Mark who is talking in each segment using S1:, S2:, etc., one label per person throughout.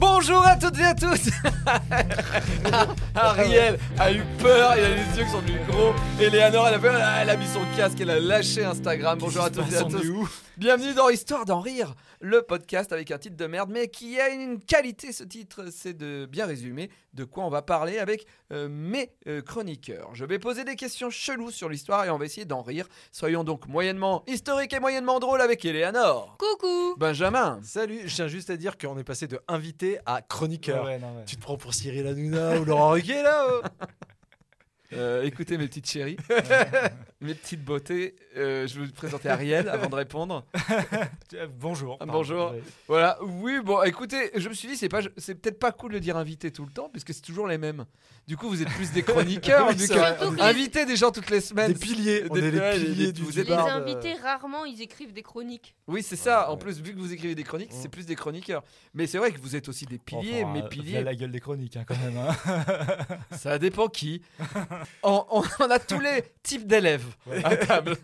S1: Bonjour à toutes et à tous Ah, Ariel a eu peur, il a les yeux qui sont devenus gros. Eleanor, elle a peur, elle a mis son casque, elle a lâché Instagram. Bonjour à toutes et à tous. Bienvenue dans Histoire d'en rire, le podcast avec un titre de merde, mais qui a une qualité ce titre, c'est de bien résumer de quoi on va parler avec euh, mes euh, chroniqueurs. Je vais poser des questions cheloues sur l'histoire et on va essayer d'en rire. Soyons donc moyennement historiques et moyennement drôles avec Eleanor.
S2: Coucou
S1: Benjamin.
S3: Salut, je tiens juste à dire qu'on est passé de invité à chroniqueur.
S4: Ouais, non, ouais.
S3: Tu te prends pour Cyril Hanouna ou Laurent Ruquier là oh
S1: Euh, écoutez mes petites chéries, euh, mes petites beautés. Euh, je vais vous présenter Ariel avant de répondre.
S4: Euh, Bonjour.
S1: Ah, bonjour.
S4: ouais.
S1: Voilà. Oui, bon, écoutez, je me suis dit, c'est pas, c'est peut-être pas cool de dire invité tout le temps, puisque c'est toujours les mêmes. Du coup, vous êtes plus des chroniqueurs,
S3: Oui,
S1: vu
S3: c'est
S1: que-
S3: vrai.
S2: Surtout que les,
S1: inviter des gens toutes les semaines.
S3: Des piliers, on
S1: Des
S3: est les
S1: piliers,
S3: piliers
S1: des-
S3: du,
S1: vous
S3: du
S1: êtes-
S2: les
S3: bar, euh,
S2: invités, rarement, ils écrivent des chroniques.
S1: Oui, c'est ça.
S3: Ouais,
S1: En
S3: ouais.
S1: plus, vu que vous écrivez des chroniques, c'est
S3: Mm.
S1: plus des chroniqueurs. Mais c'est vrai que vous êtes aussi des piliers,
S4: Enfin,
S1: mais
S4: euh,
S1: piliers,
S4: via la gueule des chroniques, hein, quand même. hein.
S1: ça dépend qui. on, on- on a tous les types d'élèves à table.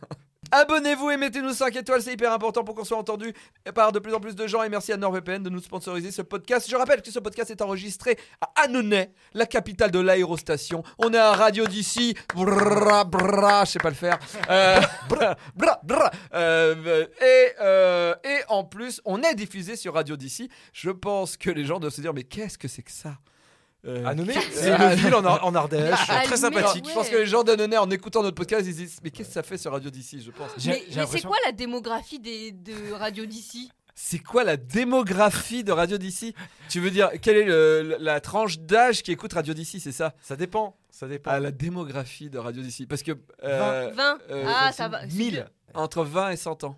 S1: Abonnez-vous et mettez-nous 5 étoiles, c'est hyper important pour qu'on soit entendu par de plus en plus de gens. Et merci à NordVPN de nous sponsoriser ce podcast. Je rappelle que ce podcast est enregistré à Annonay, la capitale de l'aérostation. On est à Radio d'ici. Brrra, brrra, je sais pas le faire. Euh, brrra, brrra, brrra. Euh, et, euh, et en plus, on est diffusé sur Radio d'ici. Je pense que les gens doivent se dire mais qu'est-ce que c'est que ça Euh,
S3: Annonay,
S1: Euh,
S3: c'est une ville en, Ar- en Ardèche,
S2: Ah,
S3: très
S2: allumé,
S3: sympathique.
S1: Alors, Je pense que les gens d'Annonay, en écoutant notre podcast, ils disent Mais qu'est-ce que ça fait sur Radio d'ici Je pense.
S4: J'ai-
S2: Mais,
S4: j'ai
S2: mais c'est
S4: l'impression-
S2: quoi la démographie des, de Radio d'ici
S1: C'est quoi la démographie de Radio d'ici Tu veux dire, quelle est le- la tranche d'âge qui écoute Radio d'ici C'est ça
S3: Ça dépend, ça dépend.
S1: Ah, la démographie de Radio d'ici. Parce que.
S2: 20
S1: euh,
S2: Ah,
S1: c'est
S2: ça va.
S1: 1000 Entre 20 et 100 ans.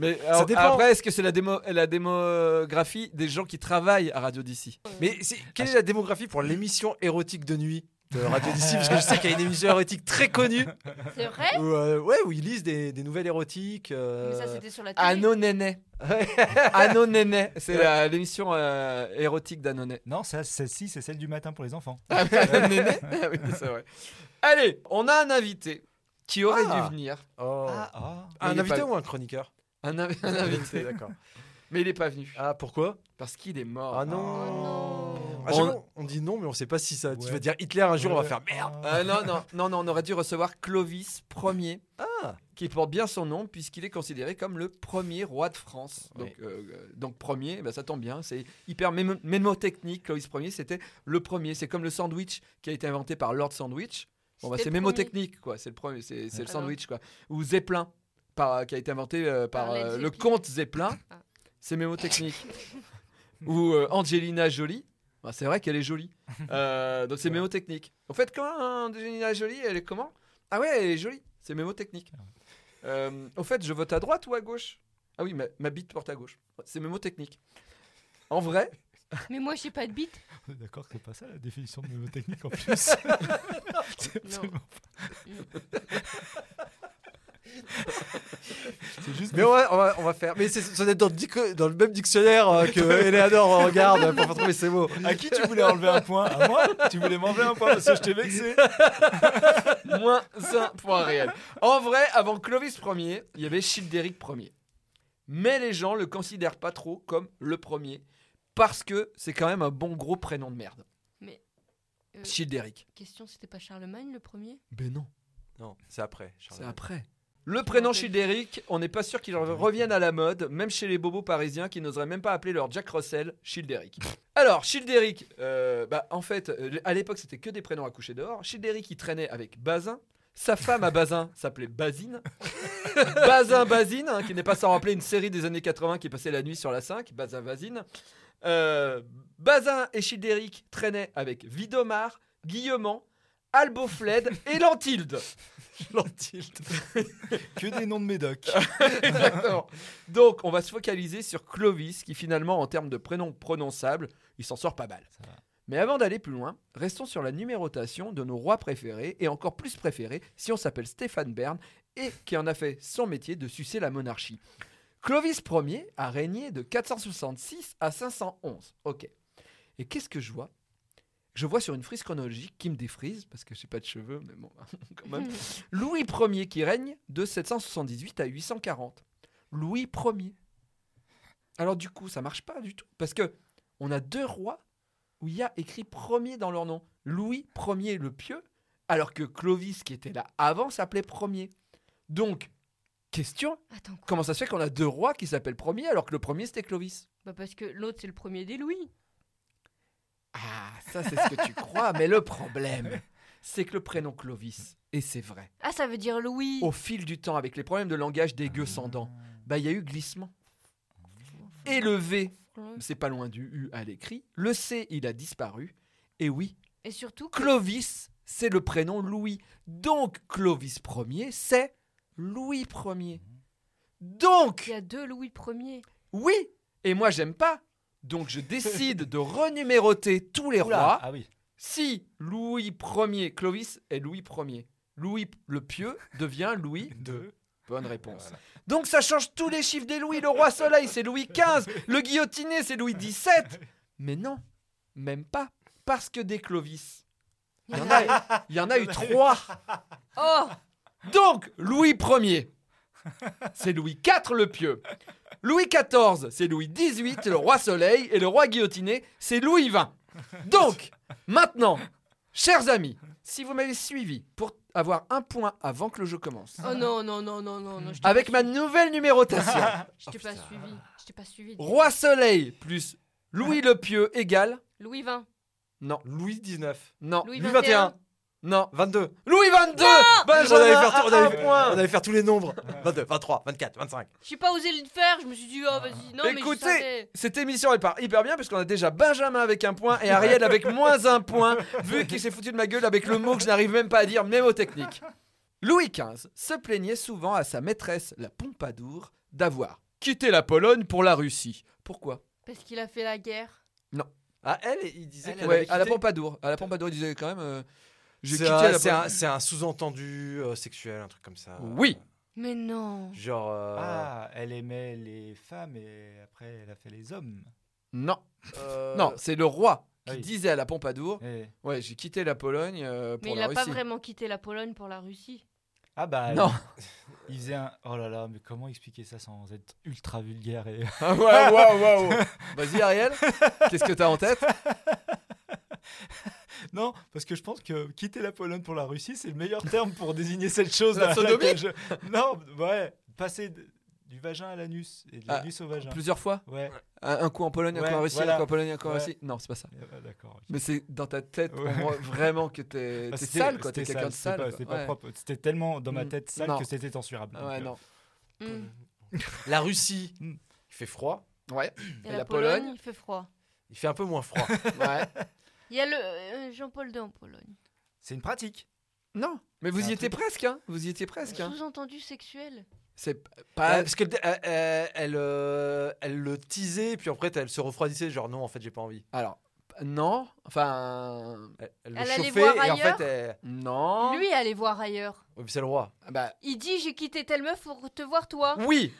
S1: Mais
S3: Ça
S1: alors,
S3: dépend.
S1: après, est-ce que c'est la, démo, la démographie des gens qui travaillent à Radio d'ici
S3: Mais c'est- quelle est la démographie pour l'émission érotique de nuit de Radio d'ici Parce que je sais qu'il y a une émission érotique très connue
S2: C'est vrai
S3: où, euh, ouais, où ils lisent des, des nouvelles érotiques. euh,
S2: Mais ça, c'était sur la télé.
S1: Anonéné. Anonéné. C'est la- l'émission euh, érotique d'Anoné.
S4: Non, ça, celle-ci, c'est celle du matin pour les enfants.
S1: Néné. Ah oui, c'est vrai. Allez, on a un invité qui aurait
S3: Ah.
S1: dû venir.
S3: oh.
S4: Ah.
S1: il
S3: un
S1: est
S3: invité
S1: pas-
S3: ou un chroniqueur
S1: Un, invi- un invité,
S3: d'accord.
S1: mais il n'est pas venu
S3: Ah, pourquoi
S1: parce qu'il est mort.
S3: Ah non,
S2: non.
S4: Oh,
S3: Ah, c'est
S1: On-
S3: bon, on... dit non, mais on sait pas si ça. Tu
S4: Ouais.
S3: vas dire Hitler un jour, on va
S4: Ouais.
S3: faire merde.
S4: Ah.
S1: Euh, non, non, non, non, on aurait dû recevoir Clovis Ier,
S3: Ah.
S1: qui porte bien son nom puisqu'il est considéré comme le premier roi de France.
S3: Oui.
S1: Donc, euh, euh, donc premier, eh ben, ça tombe bien, c'est hyper mémo- mémotechnique. Clovis Ier, c'était le premier. C'est comme le sandwich qui a été inventé par Lord Sandwich. Bon, bah,
S2: C'était
S1: c'est
S2: le
S1: mémotechnique, quoi. C'est le premier, c'est c'est le
S2: Ah non.
S1: sandwich, quoi. Ou Zeppelin, par, qui a été inventé euh, par
S2: Par Led
S1: euh, le
S2: Zeppelin.
S1: comte Zeppelin.
S2: Ah.
S1: C'est mémotechnique. Ou euh, Angelina Jolie. Bah, c'est vrai qu'elle est jolie. Euh, donc c'est mémotechnique. En fait, comment Angelina Jolie, elle est comment Ah ouais, elle est jolie. C'est mémotechnique. Euh, au fait, je vote à droite ou à gauche Ah oui, ma, ma bite porte à gauche. C'est mémotechnique. En vrai,
S2: Mais moi, j'ai pas de bite.
S4: On est D'accord, c'est pas ça la définition de mnémotechnique en plus. C'est absolument pas- C'est juste.
S3: Mais ouais, on va, on va
S1: Ah.
S3: faire. Mais c'est- ça doit être dans le, dic- dans le même dictionnaire euh, que Eleanor euh, regarde euh, pour faire trouver ces mots.
S4: À qui tu voulais enlever un point À moi Tu voulais m'enlever un point parce que je t'ai vexé
S1: moins un point réel. En vrai, avant Clovis Ier, il y avait Childéric Ier. Mais les gens le considèrent pas trop comme le premier parce que c'est quand même un bon gros prénom de merde.
S2: Euh,
S1: Childéric.
S2: question, c'était pas Charlemagne le premier
S1: Ben non.
S3: Non, c'est après.
S1: C'est après. Le prénom Childéric, on n'est pas sûr qu'il revienne à la mode, même chez les bobos parisiens qui n'oseraient même pas appeler leur Jack Russell Childéric. Alors, Childéric, euh, bah, en fait, euh, à l'époque, c'était que des prénoms à coucher dehors. Childéric, il traînait avec Bazin. Sa femme à Bazin s'appelait Basine. Bazin Basine, hein, qui n'est pas sans rappeler une série des années 80 qui passait la nuit sur la 5, Bazin Basine. Euh, Bazin et Childéric traînaient avec Vidomar, Guillemant, Albofled et Lentilde.
S3: Lentilde.
S4: Que des noms de médocs.
S1: Exactement. Donc, on va se focaliser sur Clovis, qui finalement, en termes de prénom prononçable, il s'en sort pas mal. Mais avant d'aller plus loin, restons sur la numérotation de nos rois préférés, et encore plus préférés si on s'appelle Stéphane Bern, et qui en a fait son métier de sucer la monarchie. Clovis Ier a régné de 466 à 511. Ok. Et qu'est-ce que je vois Je vois sur une frise chronologique qui me défrise, parce que j'ai pas de cheveux, mais bon, quand même. Louis Ier qui règne de 778 à 840. Louis Ier. Alors du coup, ça marche pas du tout parce que on a deux rois où il y a écrit premier dans leur nom. Louis Ier le pieux, alors que Clovis qui était là avant s'appelait premier. Donc question,
S2: Attends, quoi
S1: comment ça se fait qu'on a deux rois qui s'appellent premier alors que le premier c'était Clovis
S2: Bah parce que l'autre c'est le premier des Louis.
S1: Ah, ça c'est ce que tu crois, mais le problème, c'est que le prénom Clovis, et c'est vrai,
S2: Ah, ça veut dire Louis.
S1: au fil du temps, avec les problèmes de langage dégueu sans dents, bah, il y a eu glissement. Et le V, c'est pas loin du U à l'écrit, le C, il a disparu. Et oui,
S2: Et surtout, que-
S1: Clovis, c'est le prénom Louis. Donc, Clovis Ier, c'est Louis Ier.
S2: il y
S1: Donc,
S2: a deux Louis Ier.
S1: oui, et moi, j'aime pas. Donc, je décide de renuméroter tous les rois.
S4: Ah oui.
S1: Si Louis Ier, Clovis est Louis Ier, Louis le pieux devient Louis II. Bonne réponse. Donc ça change tous les chiffres des Louis. Le roi soleil, c'est Louis XV. Le guillotiné, c'est Louis XVII. Mais non, même pas. Parce que des Clovis, il y en a, il y en a eu trois.
S2: Oh
S1: Donc, Louis Ier, c'est Louis IV le pieux. Louis XIV, c'est Louis XVIII, le roi soleil, et le roi guillotiné, c'est Louis XX. Donc, maintenant, chers amis, si vous m'avez suivi pour avoir un point avant que le jeu commence,
S2: Oh non, non, non, non, non, non. je t'ai
S1: avec ma
S2: pas
S1: nouvelle numérotation,
S2: suivi. Je t'ai pas suivi. Je t'ai pas suivi.
S1: roi soleil plus Louis le pieux égale,
S2: Louis XX.
S1: non,
S3: Louis XIX.
S1: non,
S2: Louis
S1: Louis XXI,
S2: XXI.
S1: non,
S3: 22.
S1: Louis XXII,
S3: on allait
S1: Benjamin Ah,
S3: faire, tout- on
S1: a Bah, un
S3: allait-
S1: point.
S3: on allait faire tous les nombres. 22, 23, 24, 25.
S2: J'ai pas osé le faire, je me suis dit, oh vas-y, non,
S1: Écoutez,
S2: mais
S1: Cette émission elle part hyper bien parce qu'on a déjà Benjamin avec un point et Ariel avec moins un point vu qu'il s'est foutu de ma gueule avec le mot que je n'arrive même pas à dire mnémotechnique. Louis XV se plaignait souvent à sa maîtresse la Pompadour d'avoir quitté la Pologne pour la Russie. Pourquoi
S2: Parce qu'il a fait la guerre.
S3: Ah, elle, il disait qu'elle
S1: Ouais,
S3: avait
S1: à la
S3: quitté.
S1: Pompadour. À la Pompadour, il disait quand même euh, j'ai
S3: C'est
S1: quitté
S3: un-
S1: la
S3: C'est un,
S1: Pologne.
S3: c'est un sous-entendu euh, sexuel, un truc comme ça.
S1: Oui.
S2: Mais non.
S3: Genre. euh,
S4: Ah, elle aimait les femmes et après elle a fait les hommes.
S1: Non,
S3: euh,
S1: non, c'est le roi qui
S4: Ah oui.
S1: disait à la Pompadour
S4: Eh.
S1: ouais, j'ai quitté la Pologne euh,
S2: Mais
S1: pour
S2: il
S1: la
S2: a pas
S1: Russie.
S2: vraiment quitté la Pologne pour la Russie.
S4: Ah bah
S1: Non.
S4: Il faisait un. Oh là là, mais comment expliquer ça sans être ultra vulgaire et.
S1: Ah, waouh, waouh, waouh. Vas-y Ariel, qu'est-ce que t'as en tête
S4: Non, parce que je pense que quitter la Pologne pour la Russie, c'est le meilleur terme pour désigner cette chose.
S1: La
S4: à
S1: sodomie
S4: laquelle je- Non, ouais, passer de- du vagin à l'anus et de
S1: Ah,
S4: l'anus au vagin.
S1: Plusieurs fois
S4: Ouais,
S1: Un, un coup en Pologne, un
S4: Ouais,
S1: coup en Russie,
S4: voilà.
S1: un coup en Pologne, un coup en
S4: Ouais.
S1: Russie. Non, c'est pas ça.
S4: Eh ben, d'accord. ok.
S1: Mais c'est dans ta tête, on
S4: Ouais.
S1: voit vraiment que t'es
S4: Ah,
S1: t'es
S4: c'était-
S1: sale, quoi. T'es
S4: c'était
S1: quelqu'un de
S4: c'était
S1: sale.
S4: pas-
S1: quoi.
S4: C'était pas
S1: Ouais.
S4: propre. C'était tellement dans ma
S1: Mm.
S4: tête sale
S1: Non.
S4: que c'était censurable.
S1: Ah Ouais,
S4: Donc, euh,
S1: non.
S2: Hmm.
S3: La Russie,
S4: Mm.
S3: il fait froid.
S4: euh.
S1: Ouais,
S2: Et, la, Pologne, il fait froid.
S3: Il fait un peu moins froid. Euh,
S1: ouais.
S2: Il y a le euh, Jean-Paul II en Pologne.
S4: euh, C'est une pratique.
S1: Non, mais vous
S4: C'est un
S1: y étiez
S4: truc.
S1: presque, hein. Vous y étiez presque,
S4: Ah.
S1: hein.
S2: Sous-entendu sexuel.
S1: C'est p-
S3: Ah,
S1: pas.
S3: parce que euh, euh, elle, euh, elle le teasait, puis après elle se refroidissait, genre non, en fait, j'ai pas envie.
S4: Ah.
S1: Alors, p- non. Enfin.
S3: Elle, le
S2: Elle allait
S3: chauffait,
S2: voir
S3: et en
S2: ailleurs
S3: fait, elle-
S1: Non.
S2: Lui, allez voir ailleurs.
S3: Oui, mais c'est le roi.
S1: Bah,
S2: Il dit, j'ai quitté telle meuf pour te voir toi.
S1: oui.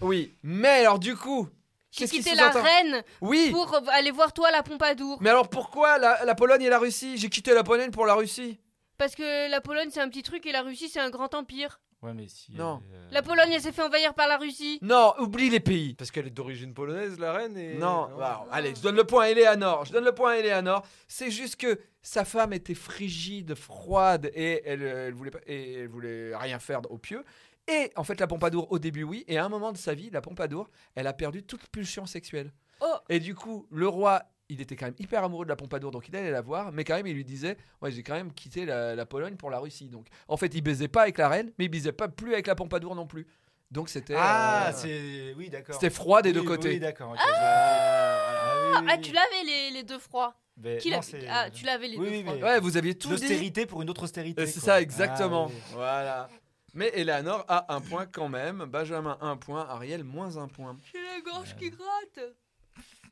S1: Oui. Mais alors, du coup.
S2: J'ai
S1: qu'est-ce qu'il
S2: quitté la
S1: sous-entend
S2: reine
S1: Oui.
S2: pour euh, aller voir toi la Pompadour.
S1: Mais alors, pourquoi la, la Pologne et la Russie J'ai quitté la Pologne pour la Russie.
S2: Parce que la Pologne, c'est un petit truc et la Russie, c'est un grand empire.
S4: Ouais, mais si.
S1: Non.
S4: elle, euh,
S2: La Pologne, elle s'est fait envahir par la Russie.
S1: Non, oublie les pays.
S3: Parce qu'elle est d'origine polonaise, la reine. Et...
S1: Non, bah, alors, allez, je donne le point à Eleanor. Je donne le point à Eleanor. C'est juste que sa femme était frigide, froide, et elle, euh, elle voulait pas, et elle voulait rien faire au pieu. Et en fait, la Pompadour, au début, oui. Et à un moment de sa vie, la Pompadour, elle a perdu toute pulsion sexuelle.
S2: Oh.
S1: Et du coup, le roi, il était quand même hyper amoureux de la Pompadour, donc il allait la voir. Mais quand même, il lui disait Ouais, j'ai quand même quitté la, la Pologne pour la Russie. Donc en fait, il baisait pas avec la reine, mais il baisait pas plus avec la Pompadour non plus. Donc c'était.
S4: Ah,
S1: euh,
S4: c'est. Oui, d'accord.
S1: c'était froid des deux
S4: Oui,
S1: côtés.
S4: Oui, d'accord. ok.
S1: Euh, voilà.
S4: Ah, oui, oui,
S2: Ah,
S4: oui.
S2: tu l'avais les, les deux froids.
S5: Mais
S2: Qui
S5: non,
S2: l'a-
S5: c'est-
S2: Ah, tu l'avais les
S5: Oui,
S2: deux.
S5: oui,
S2: je crois.
S5: mais-
S1: Ouais, vous aviez tout dit.
S5: L'austérité pour une autre austérité.
S1: Euh, C'est
S5: quoi.
S1: ça, exactement.
S5: Ah, oui.
S1: Voilà. Mais Eleanor a un point quand même. Benjamin, un point. Ariel, moins un point.
S2: J'ai la gorge qui gratte.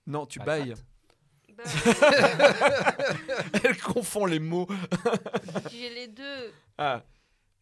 S1: Non, tu
S5: Pas
S1: bailles.
S2: Bah,
S1: Elle confond les mots.
S2: J'ai les deux.
S1: Ah.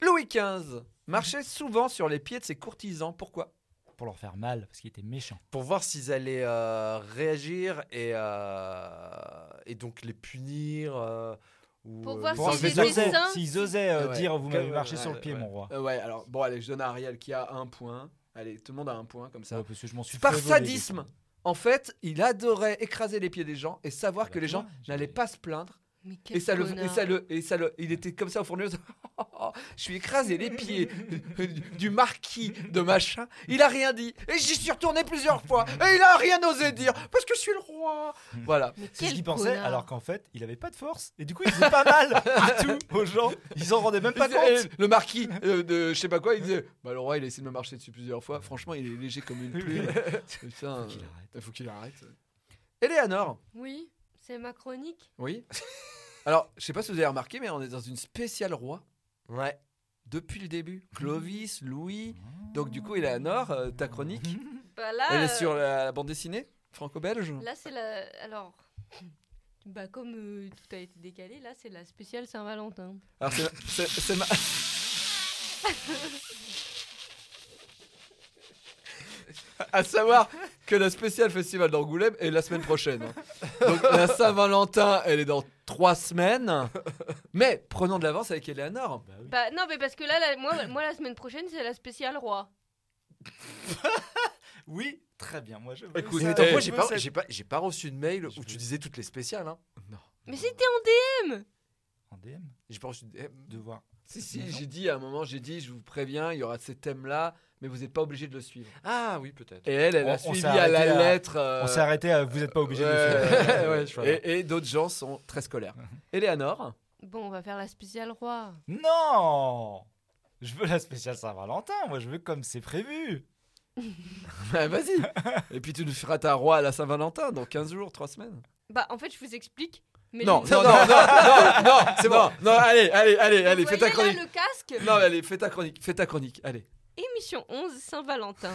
S1: Louis XV marchait souvent sur les pieds de ses courtisans. Pourquoi
S5: Pour leur faire mal, parce qu'il était méchant.
S3: Pour voir s'ils allaient euh, réagir et, euh, et donc les punir. euh, ou,
S2: Pour
S3: euh,
S2: voir
S3: les
S2: Pour s'ils
S3: enlever
S2: enlever
S3: de la
S2: étaient
S3: cour.
S2: sains. saint,
S5: s'ils osaient euh,
S1: Ouais.
S5: dire vous m'avez
S1: Ouais,
S5: marché
S1: ouais,
S5: sur le
S1: ouais,
S5: pied,
S1: ouais.
S5: mon roi.
S1: Euh, Ouais, alors bon, allez, je donne à Ariel qui a un point. Allez, tout le monde a un point comme ça.
S5: Ouais, parce que je m'en suis
S1: Par
S5: fait voler,
S1: sadisme. En fait, il adorait écraser les pieds des gens et savoir
S5: Ah bah,
S1: que les
S5: tu
S1: gens
S5: vois, j'ai-
S1: n'allaient pas se plaindre.
S2: Mais quel
S1: Et ça, le, et,
S2: connard.
S1: ça le, et ça le- il était comme ça au fourneau. je suis écrasé les pieds du marquis de machin. Il a rien dit. Et j'y suis retourné plusieurs fois. Et il a rien osé dire parce que je suis le roi. Voilà.
S2: Mais
S5: C'est ce
S2: quel
S5: qu'il pensait,
S2: connard.
S5: alors qu'en fait, il avait pas de force. Et du coup, il faisait pas mal à tout aux gens. Ils en rendaient même pas compte.
S1: Et Le marquis euh, de je sais pas quoi, il disait Bah, le roi, il a essayé de me marcher dessus plusieurs fois. Franchement, il est léger comme une plume. Putain,
S5: Qu'il arrête.
S1: il faut qu'il arrête. Eleanor,
S2: Oui, c'est ma chronique.
S1: oui. Alors, je sais pas si vous avez remarqué, mais on est dans une spéciale roi
S3: Ouais.
S1: depuis le début. Clovis, Louis. Donc, du coup, Eleanor, euh, ta chronique,
S2: Bah là.
S1: elle est
S2: euh,
S1: sur la, la bande dessinée franco-belge.
S2: Là, c'est la. Alors. Bah, comme euh, tout a été décalé, là, c'est la spéciale Saint-Valentin.
S1: Alors, c'est c'est- c'est ma- À savoir que le spécial festival d'Angoulême est la semaine prochaine. hein. Donc la Saint-Valentin, elle est dans trois semaines. Mais prenons de l'avance avec Eleanor.
S5: Bah oui.
S2: Bah, non, mais parce que là, la- moi, moi, la semaine prochaine, c'est la spéciale Roi.
S5: Oui, très bien. Moi, je veux
S1: Écoute,
S5: ça.
S3: Mais attends,
S1: eh,
S3: moi,
S5: Je
S3: j'ai
S5: veux
S3: pas,
S5: cette-
S3: j'ai pas, j'ai pas reçu de mail
S5: Je
S3: où
S5: veux-
S3: tu disais toutes les spéciales. Hein.
S2: Mais c'était en
S5: En DM,
S3: J'ai pas reçu de... eh,
S5: de voir.
S1: Si, si, j'ai dit à un moment, j'ai dit, je vous préviens, il y aura ces thèmes-là, mais vous n'êtes pas obligé de le suivre.
S3: Ah oui, peut-être.
S1: Et elle, elle
S5: On-
S1: a
S5: on
S1: suivi
S5: s'est
S1: à la
S5: arrêté à-
S1: lettre. euh,
S5: On s'est arrêté à vous n'êtes pas obligé de le
S1: ouais,
S5: faire.
S1: ouais, ouais,
S3: Je vois
S1: et- et d'autres gens sont très scolaires.
S5: Mhm.
S1: Eleanor
S2: DM Bon, on va faire la spéciale Roi.
S5: Non Je veux la spéciale Saint-Valentin. Moi, je veux comme c'est prévu.
S1: Bah, Vas-y. Et puis tu nous feras ta roi à la Saint-Valentin dans 15 jours, 3 semaines.
S2: Bah, en fait, je vous explique. Mais
S1: Non,
S2: le-
S1: non, non, non, non, non, c'est bon. Non, allez, allez, allez,
S2: Vous
S1: allez, fais
S2: voyez,
S1: ta
S2: là,
S1: chronique.
S2: le casque
S1: Non, mais allez, fais ta chronique, fais ta chronique, allez.
S2: Émission 11, Saint-Valentin.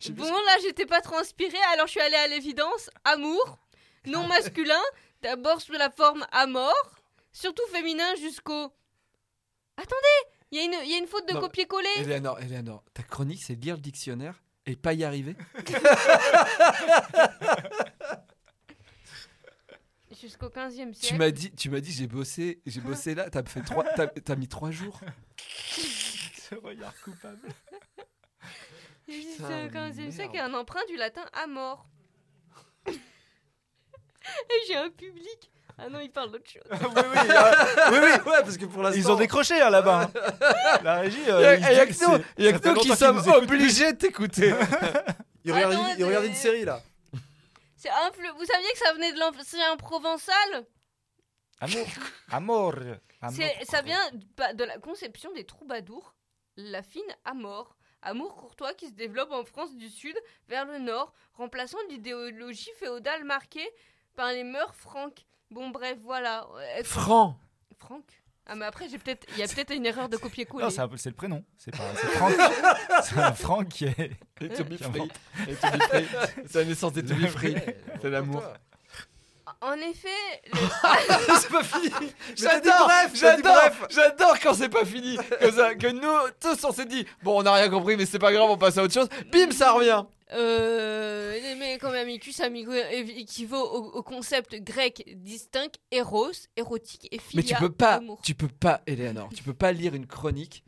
S1: J'ai vu
S2: bon, là, j'étais pas trop inspirée, alors je suis allée à l'évidence. Amour,
S1: Ah.
S2: non masculin, d'abord sous la forme amor, surtout féminin jusqu'au. Attendez, il y, a une- il y a une faute de
S1: Non, mais-
S2: copier-coller.
S1: Eleanor, Eleanor, ta chronique, c'est lire le dictionnaire et pas y arriver.
S2: Jusqu'au 15e siècle.
S1: Tu m'as dit, tu m'as dit, j'ai bossé, j'ai bossé là. T'as fait trois, t'as, t'as mis trois jours.
S5: Ce regard coupable.
S1: Putain,
S2: Le 15e siècle est
S1: merde.
S2: un emprunt du latin amor. Et j'ai un public. Ah non, il parle d'autre chose.
S5: oui, oui, euh,
S3: oui, oui, ouais, parce que pour l'instant.
S5: ils ont décroché hein, là-bas. hein. La régie. euh,
S1: Y'a
S5: ils
S1: y a
S5: disent
S1: que nous,
S5: c'est-
S1: y a
S5: ça
S1: que
S5: fait
S1: nous
S5: longtemps
S1: qui
S5: qu'ils
S1: sommes
S5: nous écoutent.
S1: obligés de t'écouter.
S3: Ils regardent, ils
S2: Attendez.
S3: regardent une série là.
S2: C'est influ- Vous saviez que ça venait de l'ancien provençal
S5: Amour. Amour. Amour.
S2: C'est- Ça vient d- bah, de la conception des troubadours, la fine amor, amour courtois qui se développe en France du Sud vers le Nord, remplaçant l'idéologie féodale marquée par les mœurs franques. Bon, bref, voilà. Euh,
S1: Franc.
S2: Franck Ah, mais après, j'ai peut-être, il y a peut-être une erreur de copier-coller.
S5: Non, c'est un peu- c'est le prénom. C'est pas. C'est Franck. c'est un Franck qui est.
S1: Et Toby
S5: J'invente.
S1: Free. Et Toby Free. C'est la naissance des Toby Free. C'est l'amour.
S2: En effet,
S1: c'est pas fini.
S3: t'as dit bref, t'as dit
S1: j'adore,
S3: bref.
S1: j'adore quand c'est pas fini. Que, ça- que nous tous on s'est dit bon on n'a rien compris mais c'est pas grave on passe à autre chose. Bim ça revient.
S2: Euh, les mecs comme amicus, amigo é- équivaut au, au concept grec distinct éros, érotique et
S1: Mais
S2: philia.
S1: tu peux pas,
S2: amour.
S1: tu peux pas, Eleanor, tu peux pas lire une chronique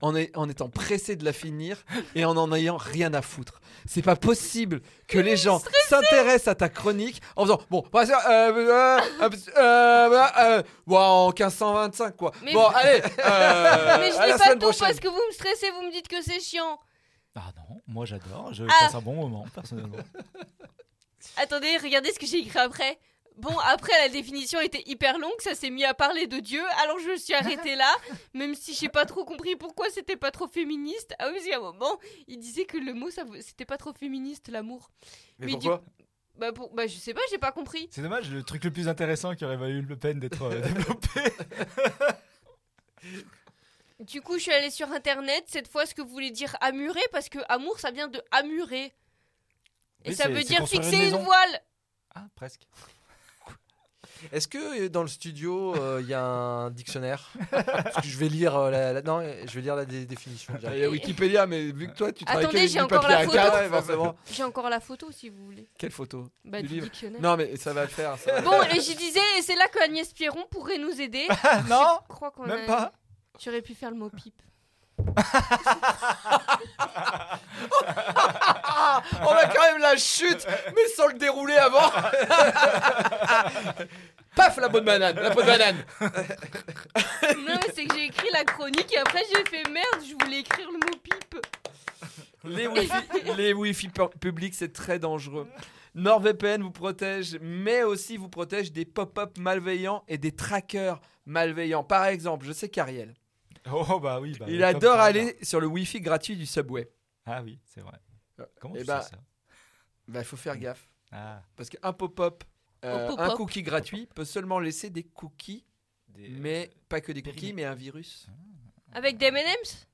S1: en, est- en étant pressé de la finir et en en ayant rien à foutre. C'est pas possible que les gens s'intéressent à ta chronique en faisant bon, bah, ça, euh, euh, euh, euh, euh, euh, bon, en 1525 quoi.
S2: Mais
S1: bon,
S2: vous-
S1: allez, euh,
S2: Mais je
S1: à la
S2: dis pas
S1: semaine
S2: tout
S1: prochaine.
S2: parce que vous me stressez, vous me dites que c'est chiant.
S5: Ah non, moi j'adore. Je
S2: Ah.
S5: passe un bon moment personnellement.
S2: Attendez, regardez ce que j'ai écrit après. Bon, après la définition était hyper longue, ça s'est mis à parler de Dieu, alors je me suis arrêtée là, même si j'ai pas trop compris pourquoi c'était pas trop féministe. Ah oui, parce qu'à un moment, il disait que le mot, ça, c'était pas trop féministe, l'amour.
S3: Mais
S2: Oui, du-
S3: pourquoi
S2: Bah, pour... bah, je sais pas, j'ai pas compris.
S5: C'est dommage, le truc le plus intéressant qui aurait valu le peine d'être euh, développé.
S2: Du coup, je suis allée sur internet. Cette fois, ce que voulait dire amurer, parce que amour, ça vient de amurer. Et
S3: Oui,
S2: ça
S3: c'est-
S2: veut
S3: c'est
S2: dire
S3: construire une
S2: fixer une,
S3: maison.
S2: voile.
S3: Ah, presque. Est-ce que euh, dans le studio, euh, il y a un dictionnaire Parce que je vais lire euh, la, la- non, je vais lire la dé- définition.
S1: Il
S3: direct.
S1: y a Wikipédia, mais vu que toi, tu travailles
S2: Attendez,
S1: que avec
S2: j'ai
S1: du
S2: encore
S1: papier
S2: la
S1: à
S2: photo.
S1: quatre,
S3: Ouais, bah,
S1: forcément.
S2: J'ai encore la photo, si vous voulez.
S1: Quelle photo
S2: Bah,
S1: Du
S2: du
S1: livre.
S2: dictionnaire.
S1: Non, mais ça va le faire. Ça.
S2: Bon, et je disais, et c'est là que Agnès Pierron pourrait nous aider.
S6: non,
S2: Je crois qu'on a-
S6: même pas.
S2: J'aurais pu faire le mot pipe.
S1: Ah, On a quand même la chute, mais sans le dérouler avant. Paf, la bonne banane, la bonne banane.
S2: non, mais c'est que j'ai écrit la chronique et après j'ai fait merde, je voulais écrire le mot pipe.
S1: Les Wi-Fi, les wifi pu- publics, c'est très dangereux. NordVPN vous protège, mais aussi vous protège des pop-up malveillants et des trackers malveillants. Par exemple, je sais qu'Ariel,
S5: oh bah oui. Bah,
S1: il
S5: comme
S1: adore
S5: par
S1: aller
S5: hasard.
S1: sur le Wi-Fi gratuit du Subway.
S5: Ah oui, c'est vrai.
S1: Euh,
S5: Comment
S1: eh
S5: tu
S1: bah-
S5: sais ça
S1: Bah, il faut faire gaffe.
S5: Ah,
S1: Parce qu'un pop-up, euh,
S2: Un pop-up.
S1: un cookie gratuit peut seulement laisser des cookies, mais
S5: euh,
S1: pas que des cookies, mais un virus.
S2: Avec des M&M's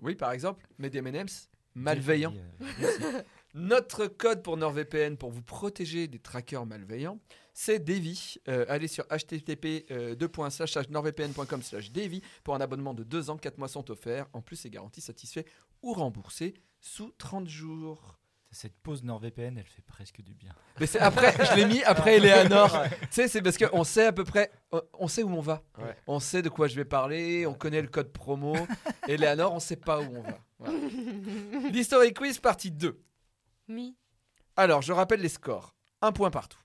S1: Oui, par exemple, mais des M&M's malveillants.
S5: euh,
S1: Notre code pour NordVPN pour vous protéger des trackers malveillants, c'est Devi. Euh, allez sur http euh, deux points, slash, slash, nordvpn.com slash Devi pour un abonnement de 2 ans, 4 mois sont offerts. En plus, c'est garanti satisfait ou remboursé sous 30 jours.
S5: Cette pause NordVPN, elle fait presque du bien.
S1: Mais c'est après, je l'ai mis après Eleanor. tu sais, c'est parce qu'on sait à peu près, on- on sait où on va.
S3: Ouais.
S1: On sait de quoi je vais parler, on connaît le code promo. Eleanor, on sait pas où on va. Voilà. L'History Quiz, partie 2.
S2: Mi.
S1: Alors, je rappelle les scores. Un point partout.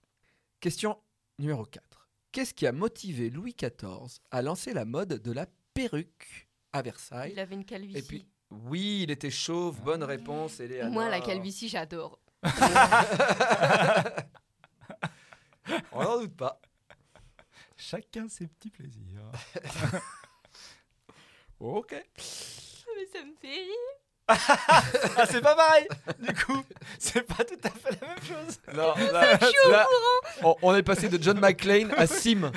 S1: Question numéro 4. Qu'est-ce qui a motivé Louis XIV à lancer la mode de la perruque à Versailles
S2: Il avait une calvitie.
S1: Et puis, oui, il était chauve. Bonne réponse, Eleanor.
S2: Moi, la calvitie, j'adore.
S3: On n'en doute pas.
S5: Chacun ses petits plaisirs.
S1: Ok.
S2: Mais ça me fait rire.
S6: Ah, c'est pas pareil. Du coup, c'est pas tout à fait la même chose.
S1: Non, là- là, on, on est passé de John McClane à Sim.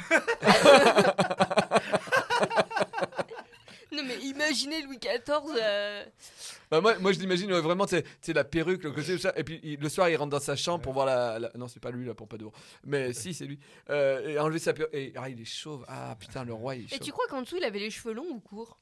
S2: Non, mais imaginez Louis XIV. euh,
S1: Bah, moi, moi, je l'imagine ouais, vraiment, c'est la perruque, le costume, tout ça. Et puis il- le soir, il rentre dans sa chambre pour voir la. la- Non, c'est pas lui, la Pompadour. Mais si, c'est lui. Euh, et enlever sa perruque. Et, ah, il est chauve. Ah putain, le roi, il est
S2: Et
S1: chauve.
S2: tu crois qu'en dessous, il avait les cheveux longs ou courts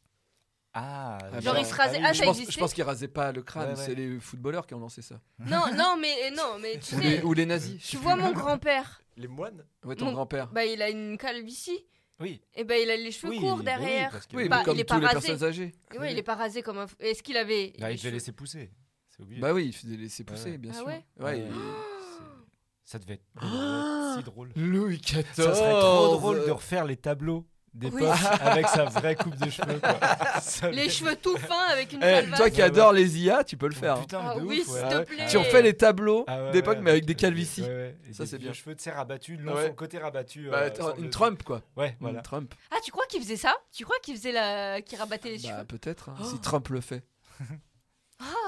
S5: Ah,
S1: Ah,
S2: Genre,
S1: bah,
S2: il se rasait.
S1: Je
S2: Ah, ça
S1: pense-
S2: existait
S1: Je pense qu'ils rasaient pas le crâne,
S5: Ouais, ouais.
S1: c'est les footballeurs qui ont lancé ça.
S2: Non, non, mais, euh, non, mais tu
S1: Ou les,
S2: sais.
S1: ou les nazis.
S2: Tu vois mon grand-père
S3: Les moines
S1: Ouais, ton
S2: mon-
S1: grand-père.
S2: Bah, il a une calvitie.
S5: Oui.
S2: Et bah, il a les cheveux
S5: Oui,
S2: courts
S5: oui,
S2: derrière.
S5: parce que-
S1: Oui,
S2: bah,
S1: mais comme
S2: il est
S1: tous
S2: pas
S1: les
S2: rasé.
S1: personnes âgées.
S2: Et ouais, il est pas rasé comme un. Est-ce qu'il avait.
S5: Bah,
S2: les
S5: il devait
S2: cheveux-
S5: laisser pousser. C'est obligé.
S1: Bah oui, il se laissait pousser,
S5: Ouais.
S1: bien
S2: Ah
S1: sûr.
S2: ouais
S1: Ouais,
S5: Ouais,
S1: il-
S5: c'est- Ça devait être oh, si drôle.
S1: Louis XIV.
S5: Ça serait
S1: Oh,
S5: trop drôle de refaire les tableaux des
S2: Oui.
S5: potes avec sa vraie coupe de cheveux. quoi. Ça-
S2: Les cheveux tout fins avec une
S1: Eh,
S2: calvasse.
S1: toi qui
S5: Ouais,
S1: adores les IA, tu peux le
S5: Oh,
S1: faire. hein.
S5: Putain, mais
S2: Ah
S5: de
S2: oui,
S5: ouf, ouais.
S2: s'il
S1: Ah
S2: te
S1: ouais.
S2: plaît.
S1: Tu refais les tableaux
S5: Ah ouais,
S1: d'époque,
S5: ouais,
S1: mais avec des
S5: ouais,
S1: calvities.
S5: ouais, ouais. Et
S1: Ça,
S5: des
S1: c'est
S5: vieux
S1: bien.
S5: Cheveux de serre abattus, long
S1: Ouais.
S5: sur le côté rabattu.
S1: Bah,
S5: euh,
S1: attends,
S5: sur
S1: une
S5: le-
S1: Trump, quoi.
S5: Ouais,
S1: Une
S5: voilà.
S1: Trump.
S2: Ah, tu crois qu'il faisait ça Tu crois qu'il faisait la. qu'il rabattait les
S1: Bah,
S2: cheveux
S1: peut-être, hein,
S2: Oh.
S1: si Trump le fait.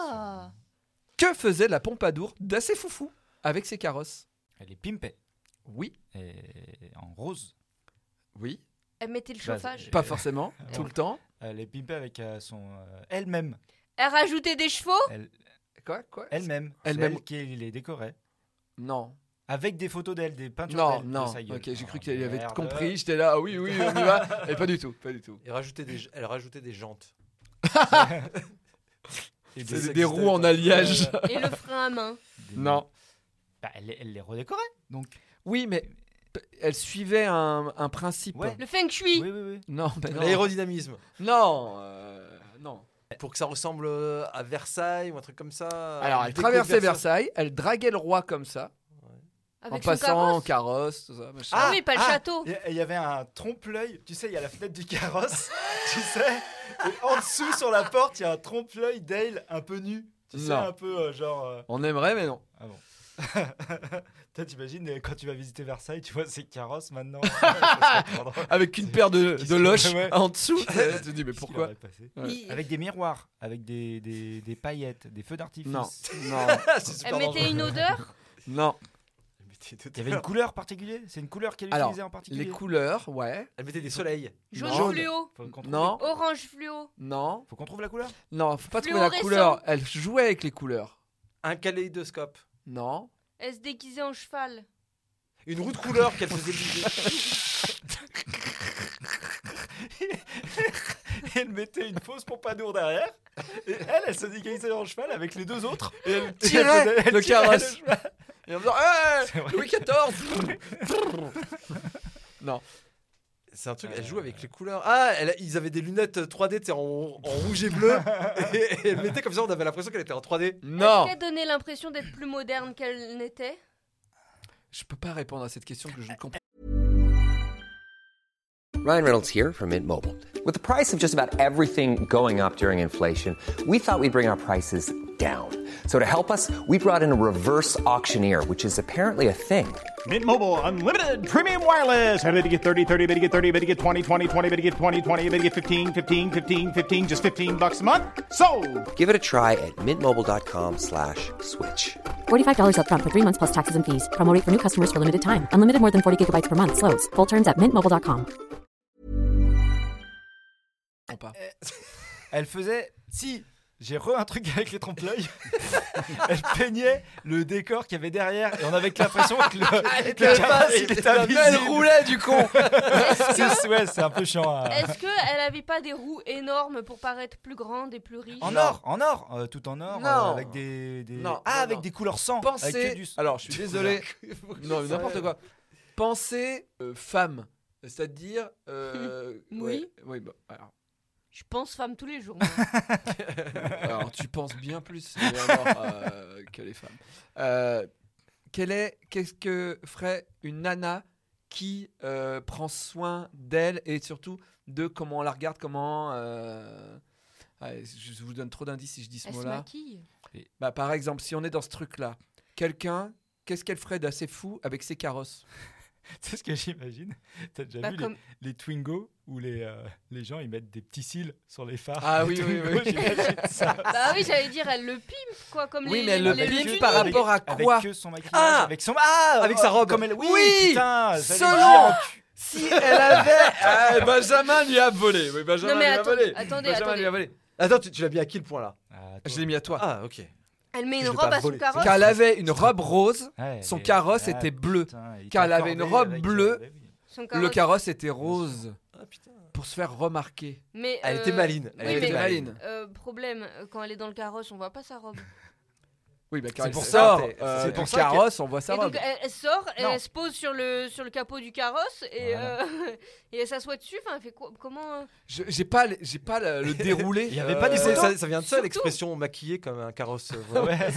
S2: Ah
S1: Que faisait la Pompadour d'assez foufou avec ses carrosses
S5: Elle est pimpée.
S1: Oui.
S5: Et en rose.
S1: Oui.
S2: Elle mettait le
S5: Bah,
S2: chauffage.
S5: euh,
S1: Pas forcément,
S5: Ah
S1: tout
S5: bon.
S1: le temps.
S5: Elle est pimpée avec euh, son. euh, elle-même.
S2: Elle rajoutait des chevaux
S5: Elle-
S1: Quoi Quoi
S5: Elle-même. C'est
S1: Elle-même.
S5: Elle qui les décorait.
S1: Non.
S5: Avec des photos d'elle, des peintures
S1: Non,
S5: d'elle. Ah, de
S1: non.
S5: sa gueule.
S1: Ok, j'ai cru
S5: Oh,
S1: qu'elle avait
S5: merde.
S1: compris. J'étais là, ah oui, oui, on y va. Et pas du tout, pas du tout.
S3: Et rajouter des, elle rajoutait des jantes.
S5: Et
S1: C'est
S5: des-
S1: des,
S3: existait
S1: roues en
S3: pas.
S1: alliage.
S2: et le frein à main.
S5: des-
S1: non.
S5: Bah, elle, elle les redécorait. Donc.
S1: Oui, mais p- elle suivait un, un principe.
S5: Ouais.
S2: Le feng shui.
S5: oui, oui.
S1: Non, mais non.
S3: L'aérodynamisme.
S1: Non, euh, non.
S3: Pour que ça ressemble euh, à Versailles ou un truc comme
S5: Ah,
S3: ça.
S1: Alors,
S3: une
S1: elle
S3: déco de
S1: traversait Versailles, elle draguait le roi comme ça, en
S2: Avec son
S1: passant en carrosse,
S2: carrosse.
S1: tout ça. machin.
S2: Ah oui, pas le château.
S5: Il y a- il y avait un trompe-l'œil, tu sais, il y a la fenêtre du carrosse, tu sais, et en dessous sur la porte, il y a un trompe-l'œil d'Ale un peu nu. Tu sais,
S1: Non.
S5: un peu euh, genre. euh,
S1: On aimerait, mais non.
S5: Ah bon. Toi, t'imagines, euh, quand tu vas visiter Versailles, tu vois ces carrosses maintenant.
S1: Avec une paire de,
S5: Qu'est-ce
S1: de
S5: que-
S1: loches
S5: ouais.
S1: en dessous. tu te dis, mais pourquoi Ouais.
S2: Il-
S5: Avec des miroirs, avec des, des, des paillettes, des feux
S1: Non,
S5: d'artifice.
S1: non,
S3: Ah, c'est super
S2: Elle mettait
S3: dangereux.
S2: une odeur.
S1: non.
S3: expliqué tout
S5: Il
S3: à
S5: y avait une
S3: l'heure.
S5: couleur particulière C'est une couleur qu'elle
S1: Alors,
S5: utilisait en particulier
S1: Les couleurs, ouais.
S3: Elle mettait des soleils.
S2: Jaune
S1: Jaune.
S2: fluo,
S5: Faut qu'on trouve-
S1: Non,
S2: orange fluo,
S1: non,
S5: Faut qu'on trouve la couleur
S1: non, faut pas trouver la
S2: Fluorescent.
S1: couleur. Elle jouait avec les couleurs.
S3: Un kaléidoscope.
S1: Non.
S2: elle se déguisait en cheval.
S3: Une roue de couleur qu'elle faisait bouger.
S4: elle mettait une fausse pompadour derrière. Et elle, elle se déguisait en cheval avec les deux autres. Et elle
S1: tirait
S4: faisait- elle
S1: le
S4: tirait
S1: carrosse.
S4: cheval.
S1: Et en faisant, Hey,
S5: vrai.
S1: Louis XIV
S3: C'est un truc,
S1: Euh.
S3: elle joue avec les couleurs. Ah, elle- ils avaient des lunettes 3D, tu sais, en, en rouge et bleu. et, et elle mettait comme ça, on avait l'impression qu'elle était en 3D.
S1: Non
S2: Est-ce qu'elle donnait l'impression d'être plus moderne qu'elle n'était
S1: Je peux pas répondre à cette question que je ne comprends
S7: Ryan Reynolds here from Mint Mobile. With the price of just about everything going up during inflation, we thought we'd bring our prices down. So to help us, we brought in a reverse auctioneer, which is apparently a thing.
S8: Mint Mobile unlimited premium wireless. Ready to get 30, 30, bet you get 30, bet you get 20, 20, 20, bet you get 20, 20, bet you get 15, 15, 15, 15 just 15 bucks a month. So,
S7: Give it a try at mintmobile.com slash switch.
S9: $45 up front for three months plus taxes and fees. Promoting for new customers for limited time. Unlimited more than 40 gigabytes per month. Slows. Full terms at mintmobile.com.
S1: pas.
S5: Elle faisait. Si j'ai re un truc avec les trompe-l'œil. elle peignait le décor qu'il y avait derrière et on avait que l'impression que le,
S3: Ah,
S5: que le carrosse, il était
S1: Elle
S5: invisible.
S1: roulait du con
S5: C'est ouais, c'est un peu chiant. hein. à-
S2: Est-ce qu'elle avait pas des roues énormes pour paraître plus grande et plus riche
S5: En or, en or, euh, tout en or,
S1: Non.
S5: euh, avec des, des-
S1: Non,
S5: ah
S1: non,
S5: avec
S1: non.
S5: des couleurs sang. avec que
S1: Pensez.
S5: du-
S1: Alors, je suis désolé. non, mais n'importe quoi. Pensez euh, femme. C'est-à-dire. euh,
S2: Oui.
S1: ouais, oui, bah, alors,
S2: Je pense femme tous les jours. moi.
S1: alors, tu penses bien plus évidemment, euh, que les femmes. Euh, quelle est, qu'est-ce que ferait une nana qui euh, prend soin d'elle et surtout de comment on la regarde, comment. euh, ah, je vous donne trop d'indices si je dis ce
S2: elle se
S1: mot-là.
S2: maquille.
S1: Bah, par exemple, si on est dans ce truc-là, quelqu'un, qu'est-ce qu'elle ferait d'assez fou avec ses carrosses
S5: Tu sais ce que j'imagine T'as déjà
S2: Bah,
S5: vu les-
S2: comme-
S5: les, Twingo où les, euh, les gens ils mettent des petits cils sur les phares
S1: Ah
S5: des
S1: oui, oui,
S5: Twingo,
S1: oui.
S5: j'imagine ça.
S2: Bah oui, j'allais dire, elle le pimpe, quoi, comme
S1: Oui,
S2: les
S1: mais elle le
S2: les- les
S1: pimpe
S2: tunis.
S1: par rapport à
S5: Avec
S1: quoi
S5: que son maquillage,
S3: Ah
S5: avec son ah,
S3: Avec
S5: oh,
S3: sa robe.
S5: Comme elle, oui,
S1: Oui
S5: putain, j'allais
S1: Selon-
S5: dire,
S1: Si elle avait. Ah, Benjamin lui a volé. Oui, Benjamin
S2: Non, mais
S1: lui a
S2: attendez,
S1: volé.
S2: attendez,
S1: Benjamin
S2: attendez.
S1: lui a volé.
S3: Attends, tu, tu l'as mis à qui le point là
S5: Ah, toi.
S1: Je l'ai mis à toi.
S3: Ah, ok.
S2: Elle met
S3: Je
S2: une
S3: l'ai pas
S2: robe à son
S3: volé.
S2: carrosse.
S1: Car elle avait une robe rose,
S5: Ouais,
S1: son
S5: et-
S1: carrosse
S5: ah,
S1: était bleu.
S5: putain, il était
S1: car elle avait une
S5: accordé
S1: robe
S5: avec-
S1: bleue.
S5: Ouais, oui.
S2: Son
S1: Le
S2: carrosse.
S1: carrosse était rose.
S3: Ah, putain.
S1: Pour se faire remarquer.
S2: Mais,
S3: Elle
S2: euh,
S3: était maline. Elle
S2: oui,
S3: était
S2: mais-
S3: maline.
S2: euh, problème, euh, quand elle est dans le carrosse, on voit pas sa robe.
S1: Oui, bah, car
S5: C'est
S1: elle
S5: pour
S1: sort.
S3: ça, t'es-
S1: euh,
S3: c'est pour
S1: du
S3: ça qu'elle-
S1: carrosse, on voit sa
S2: et
S1: robe.
S2: donc euh, elle, elle sort, et
S5: Non.
S2: elle se pose sur le, sur le capot du carrosse et,
S5: Voilà.
S2: euh, et elle s'assoit dessus. Enfin, elle fait quoi Comment euh,
S1: Je- J'ai pas, le- j'ai pas le, le déroulé. euh,
S5: Il y avait pas des
S3: C'est-
S5: photos
S3: Euh, ça, ça vient de ça
S2: Surtout-
S3: l'expression maquillée comme un carrosse euh, volant.
S5: Ouais.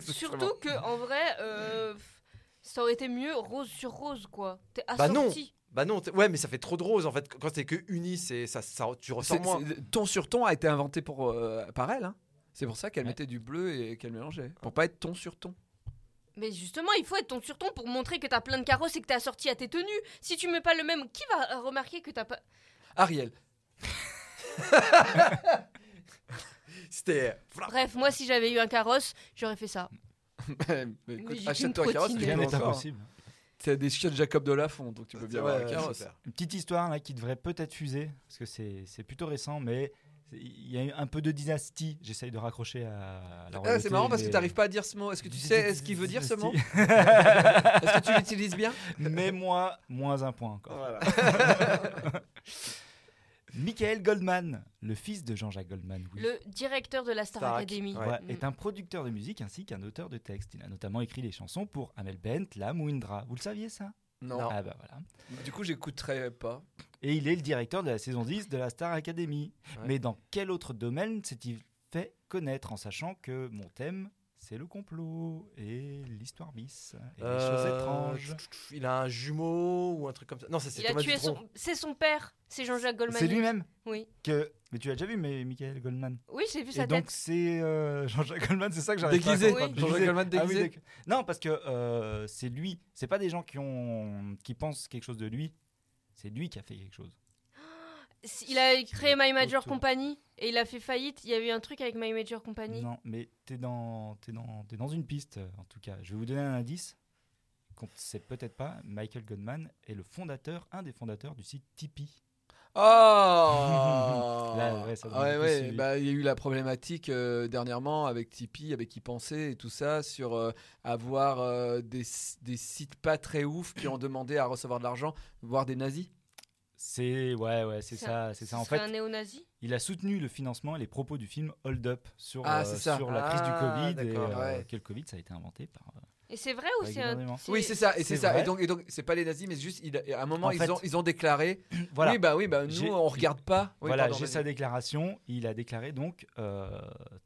S2: Surtout que en vrai, euh, pff, ça aurait été mieux rose sur rose, quoi. T'es
S3: Bah non.
S2: assorti.
S3: Bah non, t'es- ouais, mais ça fait trop de rose en fait. Quand t'es que uni, c'est ça, ça, tu ressens
S1: C'est-
S3: moins.
S1: c'est- Ton sur ton a été inventé pour, euh, par elle. hein. C'est pour ça qu'elle mettait du bleu et qu'elle mélangeait. Pour pas être ton sur ton.
S2: Mais justement, il faut être ton sur ton pour montrer que t'as plein de carrosses et que t'es assorti à tes tenues. Si tu mets pas le même, qui va euh, remarquer que t'as pas.
S1: Ariel.
S3: C'était.
S2: Bref, moi, si j'avais eu un carrosse, j'aurais fait ça.
S1: Mais écoute,
S2: j'ai qu'une
S1: achète-toi un carrosse.
S2: trottinette.
S1: tu
S5: Rien
S1: peux
S5: n'est
S1: encore.
S5: impossible.
S1: C'est des chiottes Jacob de Lafont, donc tu peux bien avoir un
S3: Ouais,
S1: carrosse.
S3: super.
S5: Une petite histoire là, qui devrait peut-être fuser, parce que c'est c'est plutôt récent, mais c'est- il y a eu un peu de dynastie. J'essaye de raccrocher à la
S1: Ah,
S5: royauté,
S1: c'est marrant parce que
S5: mais-
S1: t'arrives pas à dire ce mot. Est-ce que tu
S5: Dynastie.
S1: sais ce qu'il veut dire ce mot Est-ce que tu l'utilises bien
S5: Mais moi, moins un point encore.
S3: Voilà.
S5: Michael Goldman, le fils de Jean-Jacques Goldman, oui.
S2: Le directeur de la Star,
S3: Star Ac-
S2: Academy.
S5: Ouais,
S2: Mm.
S5: est un producteur de musique ainsi qu'un auteur de texte. Il a notamment écrit les chansons pour Amel Bent, Lam ou Indra. Vous le saviez ça
S1: Non.
S5: Ah bah voilà.
S1: Du coup, j'écouterai pas.
S5: Et il est le directeur de la saison 10 de la Star Academy.
S3: Ouais.
S5: Mais dans quel autre domaine s'est-il fait connaître en sachant que mon thème, c'est le complot et l'histoire bis et les choses
S3: Euh,
S5: étranges
S3: Il a un jumeau ou un truc comme ça. Non, ça, c'est
S2: Il a
S3: Thomas
S2: tué
S3: Dutronc.
S2: son. C'est son père, c'est Jean-Jacques Goldman.
S5: C'est lui-même
S2: Oui.
S5: que... Mais tu l'as déjà vu, mais Michael Goldman.
S2: Oui, j'ai vu sa
S5: Et donc
S2: tête.
S5: c'est euh, Jean-Jacques Goldman, c'est ça que j'arrive pas à
S1: Déguisé.
S5: comprendre.
S2: Oui.
S1: Jean-Jacques Goldman
S5: Ah oui,
S1: déguisé.
S5: d'accord. non, parce que euh, c'est lui. C'est pas des gens qui ont qui pensent quelque chose de lui. C'est lui qui a fait quelque chose.
S2: Il a créé My Major
S5: Autour.
S2: Company et il a fait faillite. Il y a eu un truc avec My Major Company.
S5: Non, mais t'es dans t'es dans t'es dans une piste euh, en tout cas. Je vais vous donner un indice. qu'on ne sait peut-être pas, Michael Goldman est le fondateur, un des fondateurs du site Tipeee.
S1: Oh
S5: Là, ouais, ça donne
S1: Ouais,
S5: un peu
S1: ouais,
S5: celui-
S1: bah, il y a eu la problématique euh, dernièrement avec Tipeee, avec qui penser et tout ça, sur euh, avoir euh, des, des sites pas très ouf qui ont demandé à recevoir de l'argent, voire des nazis.
S5: C'est ouais ouais c'est
S2: C'est
S5: ça c'est ça en
S2: Ce serait
S5: fait
S2: un néo-nazi
S5: il a soutenu le financement et les propos du film Hold Up sur
S1: Ah,
S5: euh,
S1: c'est ça.
S5: sur la crise
S3: Ah,
S5: du Covid et
S3: d'accord,
S5: euh,
S3: ouais.
S5: que le Covid ça a été inventé par euh,
S2: Et c'est vrai ou
S5: Ouais,
S2: c'est un.
S5: énormément.
S1: Oui, c'est ça, et c'est
S5: c'est
S1: ça.
S5: vrai.
S1: Et donc, et donc, c'est pas les nazis, mais juste, il- à un moment,
S5: En
S1: ils,
S5: fait-
S1: ont, ils ont déclaré
S5: voilà
S1: Oui, bah oui, bah
S5: J'ai-
S1: nous, on regarde pas. Oui,
S5: voilà
S1: pardon,
S5: j'ai
S1: vas-y.
S5: sa déclaration il a déclaré donc euh,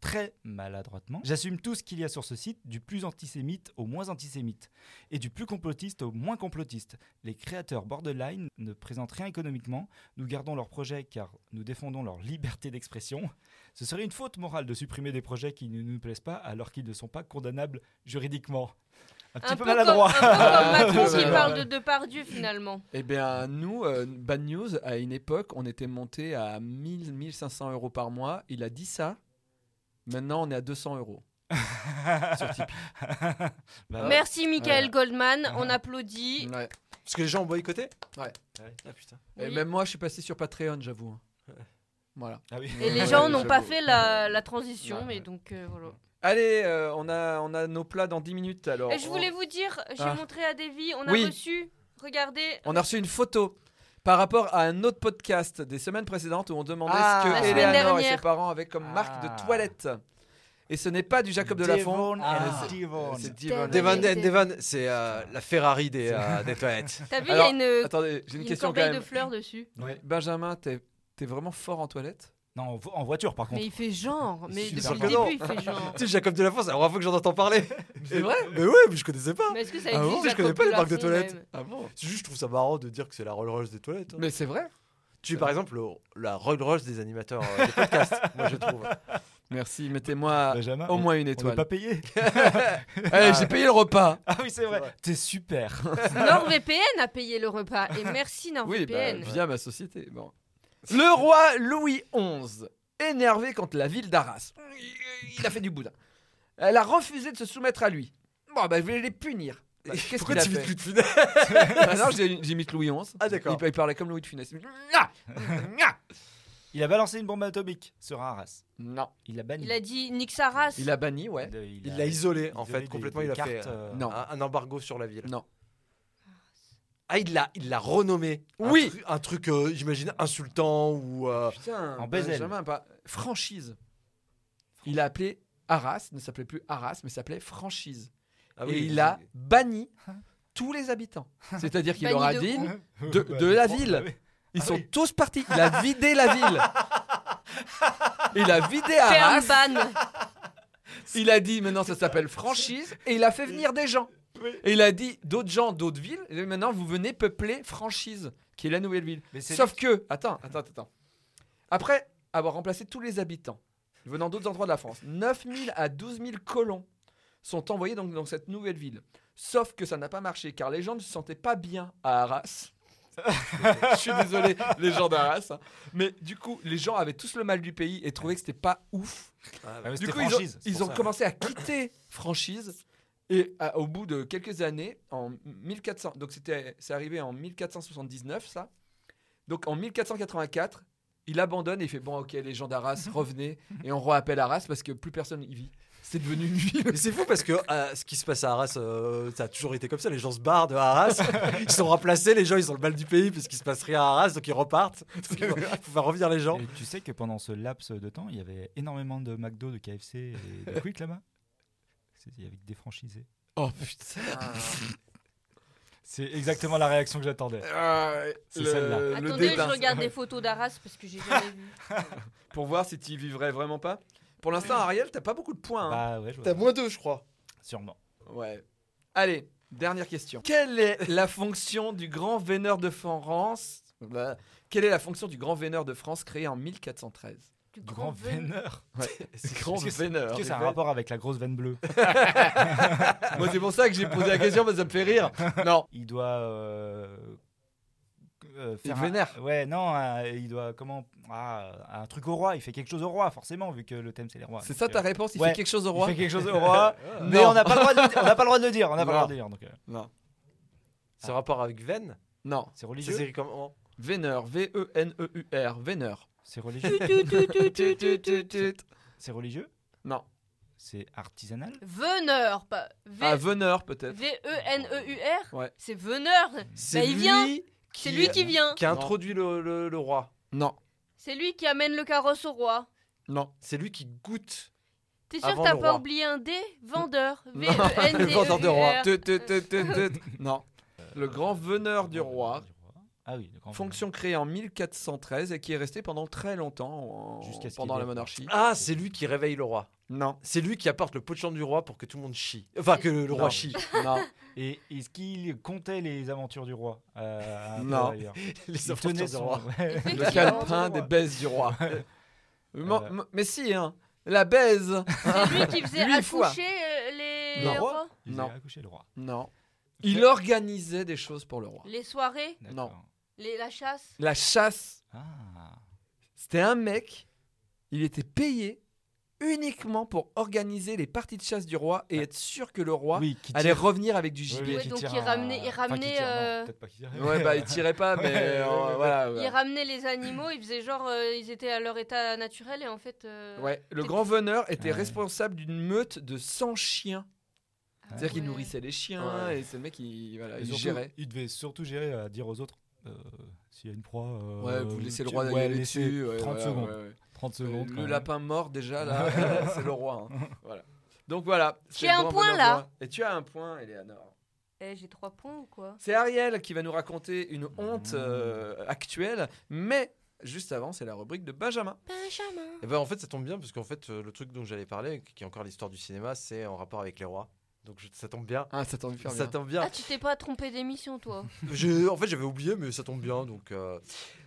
S5: très maladroitement j'assume tout ce qu'il y a sur ce site du plus antisémite au moins antisémite et du plus complotiste au moins complotiste les créateurs borderline ne présentent rien économiquement nous gardons leurs projets car nous défendons leur liberté d'expression ce serait une faute morale de supprimer des projets qui ne nous plaisent pas alors qu'ils ne sont pas condamnables juridiquement un petit peu,
S2: comme-
S5: maladroit
S2: un peu comme
S1: Ah,
S2: Macron
S1: ouais,
S2: qui
S1: ouais,
S2: parle
S1: ouais.
S2: de Depardieu finalement.
S1: Eh bien, nous, euh, Bad News, à une époque, on était monté à 1000, 1500 euros par mois. Il a dit ça. Maintenant, on est à 200 euros. sur Tipeee.
S5: Bah,
S2: Merci Michael Goldman, on applaudit.
S1: Ouais.
S3: Parce que les gens ont boycotté
S1: Ouais.
S3: Ah putain.
S1: Et
S2: Oui.
S1: même moi, je suis passé sur Patreon, j'avoue. hein. Voilà.
S5: ah oui.
S2: Et les
S1: Ouais,
S2: gens n'ont pas
S1: j'avoue.
S2: fait la, la transition,
S1: Ouais,
S2: mais
S1: ouais.
S2: donc euh, voilà.
S1: Allez, euh, on, a, on a nos plats dans 10 minutes alors.
S2: Et je voulais vous dire, j'ai
S1: Ah.
S2: montré à Davy, on a
S1: Oui.
S2: reçu, regardez,
S1: On a reçu une photo par rapport à un autre podcast des semaines précédentes où on demandait
S3: Ah.
S1: ce
S3: La
S1: que
S3: semaine
S1: Eleanor et ses
S2: dernière.
S1: parents avaient comme marque
S5: Ah.
S1: de toilette. Et ce n'est pas du Jacob Delafont.
S5: Devon
S3: Ah.
S5: and Devon.
S1: C'est Devon.
S3: Devan,
S2: Devon.
S3: Devan, c'est euh, la Ferrari des, euh, des toilettes.
S2: t'as vu, il y
S1: Alors,
S2: a une,
S1: Attendez, j'ai
S2: une
S1: une question quand
S2: corbeille de
S1: même.
S2: fleurs dessus.
S5: Ouais.
S1: Benjamin, t'es t'es vraiment fort en toilette
S5: non en vo- en voiture par contre
S2: Mais il fait genre, mais
S3: Super
S2: depuis le
S3: étonnant.
S2: début il fait genre.
S3: tu sais, Jacob de la France, c'est la première fois que j'en entends parler.
S1: C'est vrai
S3: Mais ouais, mais je connaissais pas.
S2: Mais est-ce que ça
S3: Ah
S2: existe
S3: bon Je
S2: Jacob
S3: connais pas les marques de
S2: Plafond,
S3: toilettes.
S2: même
S1: Ah bon
S3: C'est juste, je trouve ça marrant de dire que c'est la Rolls Royce des toilettes. hein.
S1: Mais c'est vrai
S3: Tu es par exemple le- la Rolls Royce des animateurs euh, des podcasts, moi je trouve.
S1: Merci, mettez-moi
S5: Benjamin
S1: au
S5: on-
S1: moins une
S5: on n'est
S1: étoile.
S5: pas payé
S1: Allez, j'ai payé le repas
S5: Ah oui, c'est vrai.
S3: vrai.
S5: T'es super.
S2: NordVPN a payé le repas, et merci
S1: Oui, bah,
S2: NordVPN.
S1: via ma société. Bon. Le roi Louis XI, énervé contre la ville d'Arras, il a fait du boudin. Elle a refusé de se soumettre à lui. Bon, bah, je vais les punir. Bah, Qu'est-ce
S3: Pourquoi
S1: qu'il a
S3: tu
S1: fait
S3: de Funès
S1: Bah, Non, j'ai j'ai imite Louis XI.
S3: Ah, d'accord.
S1: Il, il parlait comme Louis de Funès. Nya Nya
S5: Il a balancé une bombe atomique sur Arras.
S1: Non.
S5: Il l'a banni.
S2: Il a dit Nick Saras.
S1: Il a banni, ouais.
S5: De-
S3: Il l'a isolé en
S5: isolé
S3: fait,
S5: des-
S3: complètement.
S5: des
S3: il a
S5: cartes,
S3: fait euh,
S5: euh,
S1: Non.
S3: un, un embargo sur la ville.
S1: Non.
S3: Ah, il l'a, il l'a renommé. Un
S1: Oui.
S3: tru- Un truc, euh, j'imagine, insultant ou. euh,
S1: Putain,
S5: En Bézel.
S1: Benjamin, pas. Franchise. Il a appelé Arras, ne s'appelait plus Arras, mais s'appelait Franchise.
S3: ah
S1: et
S3: oui,
S1: il a banni tous les habitants. C'est-à-dire qu'il
S2: Banni
S1: leur a
S2: de
S1: dit
S2: où
S1: de, de la ville. Ils sont tous partis. Il a vidé la ville. Il a vidé
S2: Ferme
S1: Arras.
S2: ban.
S1: Il a dit maintenant ça s'appelle franchise et il a fait venir des gens. Et il a dit d'autres gens d'autres villes. Et maintenant vous venez peupler franchise qui est la nouvelle ville.
S5: Mais c'est-
S1: Sauf que attends attends attends. Après avoir remplacé tous les habitants venant d'autres endroits de la France, 9000 à 12 000 colons sont envoyés donc dans cette nouvelle ville. Sauf que ça n'a pas marché car les gens ne se sentaient pas bien à Arras. Je suis désolé, les gens d'Arras. hein. Mais du coup, les gens avaient tous le mal du pays et trouvaient que c'était pas ouf.
S3: Ah,
S5: Ah, mais
S1: Du
S5: c'était
S1: coup, ils ont,
S5: franchise, c'est
S1: ils
S5: pour
S1: ont
S5: ça.
S1: commencé à quitter franchise. Et à- au bout de quelques années, en 1400, donc c'était, c'est arrivé en 1479, ça. Donc en 1484, il abandonne et il fait bon, ok, les gens d'Arras, revenez et on rappelle Arras parce que plus personne y vit. C'est devenu une ville.
S3: Mais c'est fou parce que euh, ce qui se passe à Arras, euh, ça a toujours été comme ça. Les gens se barrent de Arras, ils sont remplacés, les gens ils ont le mal du pays parce qu'il se passe rien à Arras, donc ils repartent. Il faut faut faire revenir les gens.
S5: Et tu sais que pendant ce laps de temps, il y avait énormément de McDo, de KFC et de Quick là-bas. C'est- Il y avait que des franchisés.
S1: Oh putain.
S5: C'est exactement la réaction que j'attendais.
S1: Euh, Ah.
S5: C'est celle-là.
S2: Attendez, je regarde des photos d'Arras parce que j'ai jamais vu.
S1: Pour voir si tu y vivrais vraiment pas. Pour l'instant, Ariel, t'as pas beaucoup de points. hein.
S5: Bah ouais, je vois ça.
S3: moins deux, je crois.
S5: sûrement.
S1: Ouais. Allez, dernière question. Quelle est la fonction du grand véneur de France Blah. Quelle est la fonction du grand véneur de France créé en 1413
S2: Du
S5: Du grand véneur.
S1: Grand
S5: Est-ce que c'est-
S1: véneur.
S5: Est-ce que c'est un rapport avec la grosse veine bleue
S1: Moi, c'est pour ça que j'ai posé la question, parce que ça me fait rire. Non.
S5: Il doit euh, euh, faire
S1: Il
S5: un-
S1: vénère.
S5: Ouais, non, euh, il doit comment ah, un truc au roi. Il fait quelque chose au roi, forcément, vu que le thème c'est les rois.
S1: C'est ça
S5: Donc,
S1: ta
S5: euh,
S1: réponse Il
S5: Ouais.
S1: fait quelque chose au
S5: Il
S1: roi
S5: fait quelque chose au roi, mais
S1: Non.
S5: on n'a pas le droit de le dire. On n'a pas le droit de le dire. On n'a pas le droit de le dire. Donc, euh,
S1: Non.
S3: C'est rapport avec veine
S1: Non.
S5: C'est
S3: C'est
S5: religieux
S3: série comment
S1: Vénère, V-E-N-E-U-R, Vénère.
S5: C'est religieux
S1: Tut, tut, tut, tut.
S5: C'est religieux
S1: Non.
S5: C'est artisanal
S2: Veneur, pas
S1: Ah,
S2: V-
S1: Veneur peut-être.
S2: V-E-N-E-U-R
S1: Ouais.
S2: C'est veneur
S5: Bah,
S3: C'est
S2: il vient.
S3: lui
S2: C'est lui qui vient
S3: qui a introduit le, le- le roi.
S1: Non,
S2: C'est lui qui amène le carrosse au roi
S1: non.
S3: C'est lui qui goûte.
S2: T'es sûr
S3: Avant
S2: que t'as
S3: le
S2: pas
S3: roi.
S2: oublié un D Vendeur v
S1: Non,
S2: e n d
S1: le vendeur de roi.
S2: e
S1: Tut, tut, tut, tut, tut. Non. Le grand veneur du roi,
S5: Ah oui, le grand
S1: fonction créée en 1413 et qui est restée pendant très longtemps en-
S5: Jusqu'à ce qu'il
S1: pendant la
S5: ait-
S1: monarchie.
S3: Ah, c'est lui qui réveille le roi.
S1: Non,
S3: C'est lui qui apporte le pot de chambre du roi pour que tout le monde chie. Enfin, que le
S5: Non.
S3: roi chie.
S1: non,
S5: Et est-ce qu'il comptait les aventures du roi euh, un peu
S1: Non.
S5: ailleurs
S3: Les
S5: Il
S3: aventures
S5: tenait
S3: du
S5: son-
S3: roi.
S5: Ouais.
S2: Il
S1: le
S2: fait
S1: calepin des
S5: roi.
S1: baises du roi. Euh,
S5: Voilà.
S1: m- m- Mais si, hein, la baise.
S2: C'est lui qui faisait
S1: Huit fois.
S2: accoucher euh, les
S1: Le roi
S2: rois
S5: Il
S1: Non.
S5: a accouché le roi.
S1: Non. Il organisait des choses pour le roi.
S2: Les soirées
S5: D'accord.
S2: les, La chasse
S1: La chasse,
S5: Ah.
S1: c'était un mec, il était payé uniquement pour organiser les parties de chasse du roi et être sûr que le roi
S5: Oui, qui
S1: allait
S5: tire-
S1: revenir avec du
S5: Oui,
S1: gibier.
S5: oui,
S2: Ouais,
S5: qui
S2: donc
S5: tire
S2: il
S5: un-
S2: ramenait- il
S5: enfin, qui
S2: ramenait,
S5: tire, non,
S2: euh,
S5: peut-être pas qu'il tire.
S1: Ouais, bah, il tirait pas, mais
S5: Ouais, ouais,
S1: euh,
S5: ouais, ouais.
S1: voilà.
S2: Ils
S1: ouais.
S2: ramenaient les animaux, ils faisaient genre, euh, ils étaient à leur état naturel et en fait. euh,
S1: Ouais, le grand veneur était
S5: Ouais.
S1: responsable d'une meute de 100 chiens.
S2: ah
S1: C'est-à-dire qu'il
S2: ouais.
S1: nourrissait les chiens
S3: Ouais.
S1: et c'est le mec qui voilà,
S5: Et
S1: il
S5: surtout,
S1: gérait.
S5: Il devait surtout gérer à dire aux autres euh, s'il y a une proie. euh,
S1: Ouais, vous laissez le
S5: tu-
S1: roi
S5: ouais,
S1: d'aller
S5: laissez
S1: dessus. ouais,
S5: 30
S1: voilà,
S5: secondes.
S1: ouais, ouais.
S5: 30 secondes. quand
S1: le
S5: même.
S1: lapin mort déjà là, c'est le roi. hein. Voilà. Donc voilà. c'est
S2: as
S1: le
S2: un
S1: grand
S2: point,
S1: bonheur
S2: là.
S1: du roi. Et tu as un point, Eleanor.
S2: Eh, j'ai trois points ou quoi
S1: C'est Ariel qui va nous raconter une honte euh, actuelle, mais juste avant, c'est la rubrique de Benjamin.
S2: Benjamin.
S3: Et ben en fait, ça tombe bien parce qu'en fait, euh, le truc dont j'allais parler, qui est encore l'histoire du cinéma, c'est en rapport avec les rois. Donc je- ça tombe bien.
S1: Ah, ça tombe
S3: Ça tombe bien.
S2: Ah, tu t'es pas trompé d'émission, toi.
S3: Je- en fait, j'avais oublié, mais ça tombe bien. Donc, euh,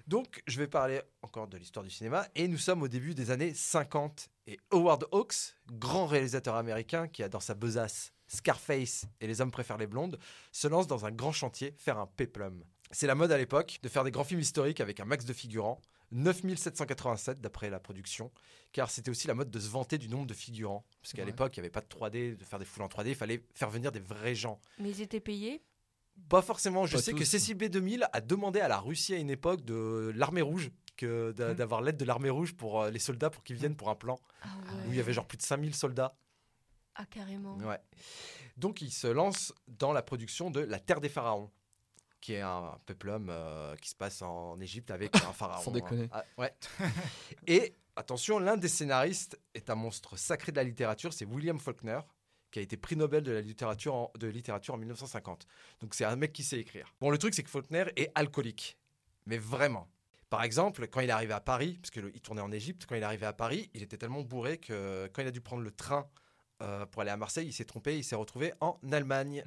S3: donc, je vais parler encore de l'histoire du cinéma. Et nous sommes au début des années 50. Et Howard Hawks, grand réalisateur américain qui a dans sa besace Scarface et Les hommes préfèrent les blondes, se lance dans un grand chantier, faire un péplum. C'est la mode à l'époque de faire des grands films historiques avec un max de figurants. 9787 d'après la production, car c'était aussi la mode de se vanter du nombre de figurants. Parce qu'à
S1: Ouais.
S3: l'époque, il n'y avait pas de 3D, de faire des foules en 3D, il fallait faire venir des vrais gens.
S2: Mais ils étaient payés.
S3: Pas forcément. Je
S1: Pas
S3: sais
S1: tous.
S3: que Cécile B2000 a demandé à la Russie à une époque de l'armée rouge que d'a- d'avoir l'aide de l'armée rouge pour euh, les soldats pour qu'ils viennent pour un plan
S2: Ah
S3: où il y avait genre plus de 5000 soldats.
S2: Ah, carrément.
S3: Ouais. Donc il se lance dans la production de La Terre des Pharaons qui est un péplum euh, qui se passe en Égypte avec un pharaon.
S1: Sans déconner.
S3: Ah, ouais. Et attention, l'un des scénaristes est un monstre sacré de la littérature, c'est William Faulkner, qui a été prix Nobel de la littérature en, de littérature en 1950. Donc c'est un mec qui sait écrire. Bon, le truc, c'est que Faulkner est alcoolique. Mais vraiment. Par exemple, quand il est arrivé à Paris, parce qu'il tournait en Égypte, quand il est arrivé à Paris, il était tellement bourré que quand il a dû prendre le train euh, pour aller à Marseille, il s'est trompé, il s'est retrouvé en Allemagne.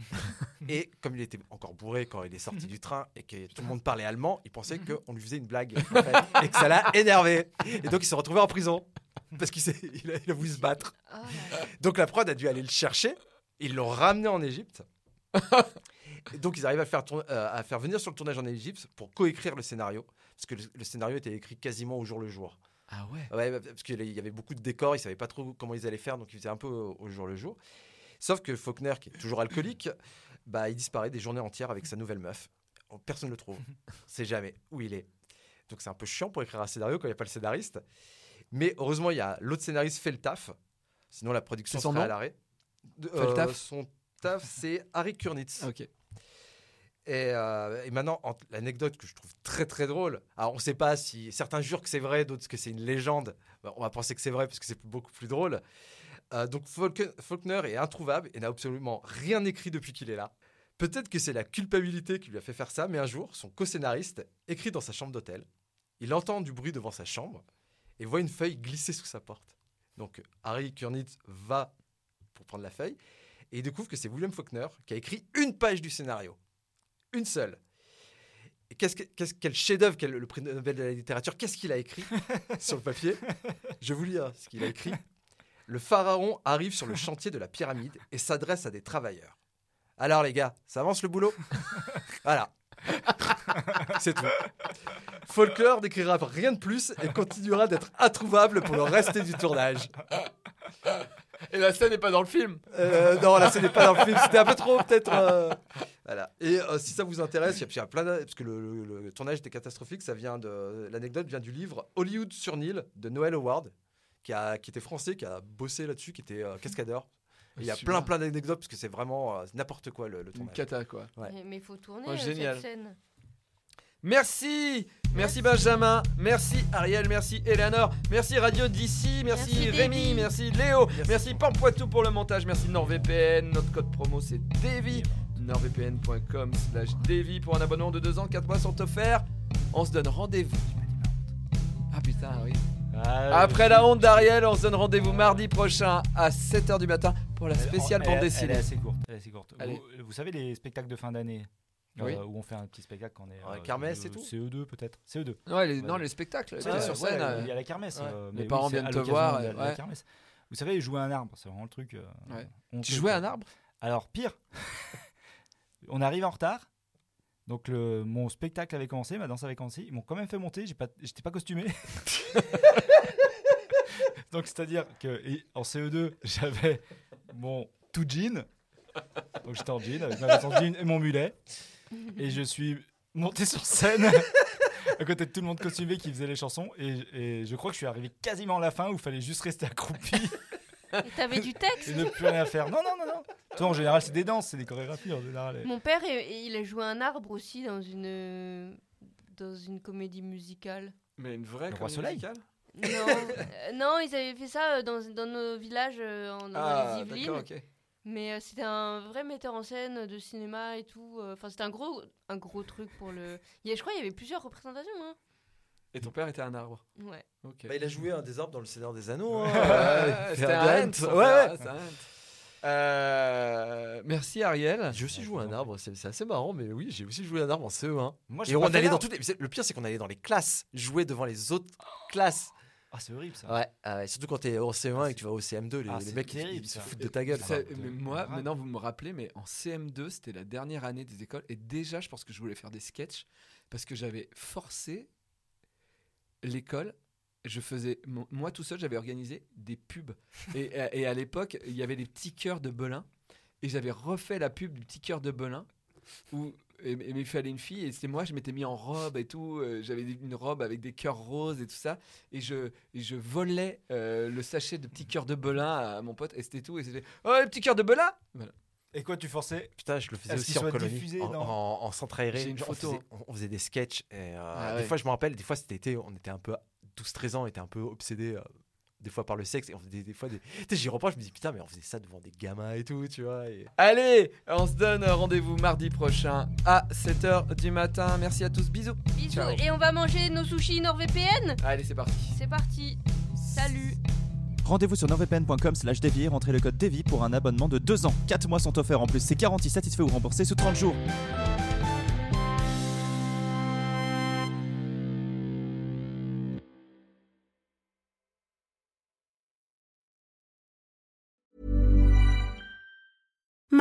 S3: et comme il était encore bourré quand il est sorti du train et que tout le monde parlait allemand, il pensait qu'on lui faisait une blague en fait, et que ça l'a énervé. Et donc il s'est retrouvé en prison parce qu'il s'est- il a- il a voulu se battre.
S2: Ah, là, là.
S3: Donc la prod a dû aller le chercher. Ils l'ont ramené en Égypte. Et donc ils arrivent à le faire, tourner- euh, à faire venir sur le tournage en Égypte pour coécrire le scénario. Parce que le, le scénario était écrit quasiment au jour le jour.
S1: Ah ouais.
S3: Ouais, bah, parce qu'il y avait beaucoup de décors, ils savaient pas trop comment ils allaient faire, donc ils faisaient un peu au au jour le jour. Sauf que Faulkner, qui est toujours alcoolique, bah, il disparaît des journées entières avec sa nouvelle meuf. Oh, Personne ne le trouve. C'est jamais où il est. Donc c'est un peu chiant pour écrire un scénario quand il n'y a pas le scénariste. Mais heureusement, il y a l'autre scénariste fait le taf. Sinon, la production
S1: C'est son
S3: serait à
S1: nom
S3: l'arrêt. De-
S1: Fait le taf
S3: Son taf, c'est Harry Kurnitz.
S1: Ah, Ok.
S3: Et, euh, et maintenant, en- l'anecdote que je trouve très très drôle, alors on ne sait pas si certains jurent que c'est vrai, d'autres que c'est une légende. Bah, on va penser que c'est vrai parce que c'est plus- beaucoup plus drôle. Euh, donc Faulk- Faulkner est introuvable et n'a absolument rien écrit depuis qu'il est là. Peut-être que c'est la culpabilité qui lui a fait faire ça, mais un jour, son co-scénariste écrit dans sa chambre d'hôtel. Il entend du bruit devant sa chambre et voit une feuille glisser sous sa porte. Donc Harry Kurnitz va pour prendre la feuille et il découvre que c'est William Faulkner qui a écrit une page du scénario. Une seule. Et qu'est-ce que- qu'est-ce- quel chef-d'œuvre, quel- le prix Nobel de la littérature, qu'est-ce qu'il a écrit sur le papier Je vous lis hein, ce qu'il a écrit. Le pharaon arrive sur le chantier de la pyramide et s'adresse à des travailleurs. Alors les gars, ça avance le boulot Voilà. C'est tout. Faulkner n'écrira rien de plus et continuera d'être introuvable pour le reste du tournage.
S1: Et la scène n'est pas dans le film.
S3: Euh, non, là, ce n'est pas dans le film. C'était un peu trop, peut-être. euh, Voilà. Et euh, si ça vous intéresse, il y a- il y a plein de- parce que le, le- le tournage était catastrophique. Ça vient de l'anecdote vient du livre Hollywood sur Nil de Noël Howard, qui a qui était français, qui a bossé là-dessus, qui était euh, cascadeur. Et Il y a
S1: Super.
S3: plein plein d'anecdotes parce que c'est vraiment euh, n'importe quoi le, le
S1: Une
S3: tournage.
S1: cata, quoi.
S3: Ouais.
S2: Mais- Mais faut tourner
S1: Oh,
S2: euh,
S1: génial.
S2: cette scène.
S1: Merci Merci Benjamin, merci Ariel, merci Eleanor, merci Radio d'ici, merci,
S2: Merci
S1: Rémi,
S2: Davy.
S1: merci Léo, merci, Pampoitou pour le montage, merci NordVPN, notre code promo c'est Davy, nordvpn.com slash Davy pour un abonnement de 2 ans, 4 mois sont offerts, on se donne rendez-vous. Ah putain, oui.
S5: Ah,
S1: Après la honte d'Ariel, on se donne rendez-vous mardi prochain à 7h du matin pour la spéciale
S5: Elle-
S1: bande
S5: elle- Elle
S1: dessinée.
S5: est assez courte. elle est assez courte.
S1: Allez.
S5: Vous, vous savez, les spectacles de fin d'année euh,
S1: Oui.
S5: Où on fait un petit spectacle quand on est. euh,
S3: Ouais, kermesse
S5: de-
S3: et tout.
S5: CE2 peut-être. CE2.
S1: Ouais, les, Non, les spectacles,
S5: Tu sais, il y a
S1: ouais,
S5: sur
S1: ouais,
S5: scène,
S1: non,
S5: il y a la kermesse.
S1: ouais.
S5: euh,
S1: Les
S5: mais oui,
S1: parents
S5: c'est à
S1: viennent te
S5: l'occasion
S1: voir,
S5: de la- de la
S1: ouais.
S5: kermesse. Vous savez, jouer à un arbre, c'est vraiment le truc. euh,
S1: Ouais.
S5: honteux,
S1: Tu jouais à
S5: quoi.
S1: un arbre
S5: Alors pire, on arrive en retard. Donc le, mon spectacle avait commencé, ma danse avait commencé. Ils m'ont quand même fait monter. J'ai pas, j'étais pas costumé. Donc c'est-à-dire que et en CE2, j'avais mon tout jean. Donc j'étais en jean avec ma veste en jean et mon mulet. Et je suis monté sur scène. À côté de tout le monde costumé qui faisait les chansons, et, et je crois que je suis arrivé quasiment à la fin où il fallait juste rester accroupi
S2: Et t'avais du texte
S5: et ne plus rien faire. Non, non, non, non. Toi, en général, c'est des danses, c'est des chorégraphies en général.
S2: Mon père, est- il a joué un arbre aussi dans une, dans une comédie musicale.
S1: Mais une vraie
S5: Le Roi Soleil.
S2: Non, euh, non, ils avaient fait ça euh, dans, dans nos villages, euh, en, dans
S1: Ah,
S2: les Yvelines.
S1: d'accord, ok.
S2: Mais euh, c'était un vrai metteur en scène de cinéma et tout. euh, Enfin, c'était un gros, un gros truc pour le. Il y a- je crois qu'il y avait plusieurs représentations. Hein.
S1: Et ton père était un arbre.
S2: Ouais.
S1: Ok.
S3: Bah, il a joué un des arbres dans le Seigneur des Anneaux. hein.
S1: Ouais, c'était un
S3: Ferdinand.
S1: Hunt, son
S3: Ouais, ouais.
S1: père, c'est un Hunt. Euh, merci Ariel.
S3: J'ai aussi joué à un arbre, c'est c'est assez marrant, mais oui, j'ai aussi joué à un arbre en CE1.
S5: Moi,
S3: Et on allait dans toutes les... Le pire, c'est qu'on allait dans les classes, jouer devant les autres classes.
S5: Ah, c'est horrible ça.
S3: Ouais, euh, surtout quand t'es au CM1
S5: Ah,
S3: et que tu vas au CM2, les,
S5: ah,
S3: les
S5: c'est
S3: mecs ils-
S5: terrible,
S3: ils se
S5: ça. Ah,
S3: foutent de ta gueule.
S1: Ça,
S3: quoi.
S5: Putain.
S1: mais moi,
S5: grave.
S1: maintenant vous me rappelez, mais en CM2, c'était la dernière année des écoles et déjà, je pense que je voulais faire des sketchs parce que j'avais forcé l'école. Je faisais mon- moi tout seul, j'avais organisé des pubs et, et à l'époque, il y avait les petits cœurs de Belin et j'avais refait la pub du petit cœur de Belin où et- et- mais il fallait une fille et c'était moi, je m'étais mis en robe et tout, euh, j'avais des- une robe avec des cœurs roses et tout ça et je et je volais euh, le sachet de petit cœur de Belin à mon pote et c'était tout et c'était Oh, le petit cœur de Belin Voilà.
S5: Et quoi, tu forçais
S3: Putain, je le faisais
S5: Est-ce
S3: aussi
S5: qu'il
S3: en
S5: soit
S3: colonie,
S5: diffusé
S3: en,
S5: dans-
S3: en, en centre aéré.
S1: J'ai une
S3: Genre,
S1: photo,
S3: On faisait, on faisait des sketchs. Et, euh,
S1: Ah ouais.
S3: Des fois, je me rappelle, des fois c'était été, on était un peu 12-13 ans, on était un peu obsédés. euh, des fois par le sexe et on faisait des, des fois des tu sais j'y reproche je me dis putain mais on faisait ça devant des gamins et tout tu vois et...
S1: Allez, on se donne rendez-vous mardi prochain à 7h du matin. Merci à tous, bisous.
S2: Bisous.
S1: Ciao.
S2: Et on va manger nos sushis NordVPN.
S1: Allez, c'est parti.
S2: C'est parti. Salut.
S10: Rendez-vous sur nordvpn.com slash Davy, rentrez le code Davy pour un abonnement de 2 ans. 4 mois sont offerts en plus, c'est garanti satisfait ou remboursé sous 30 jours.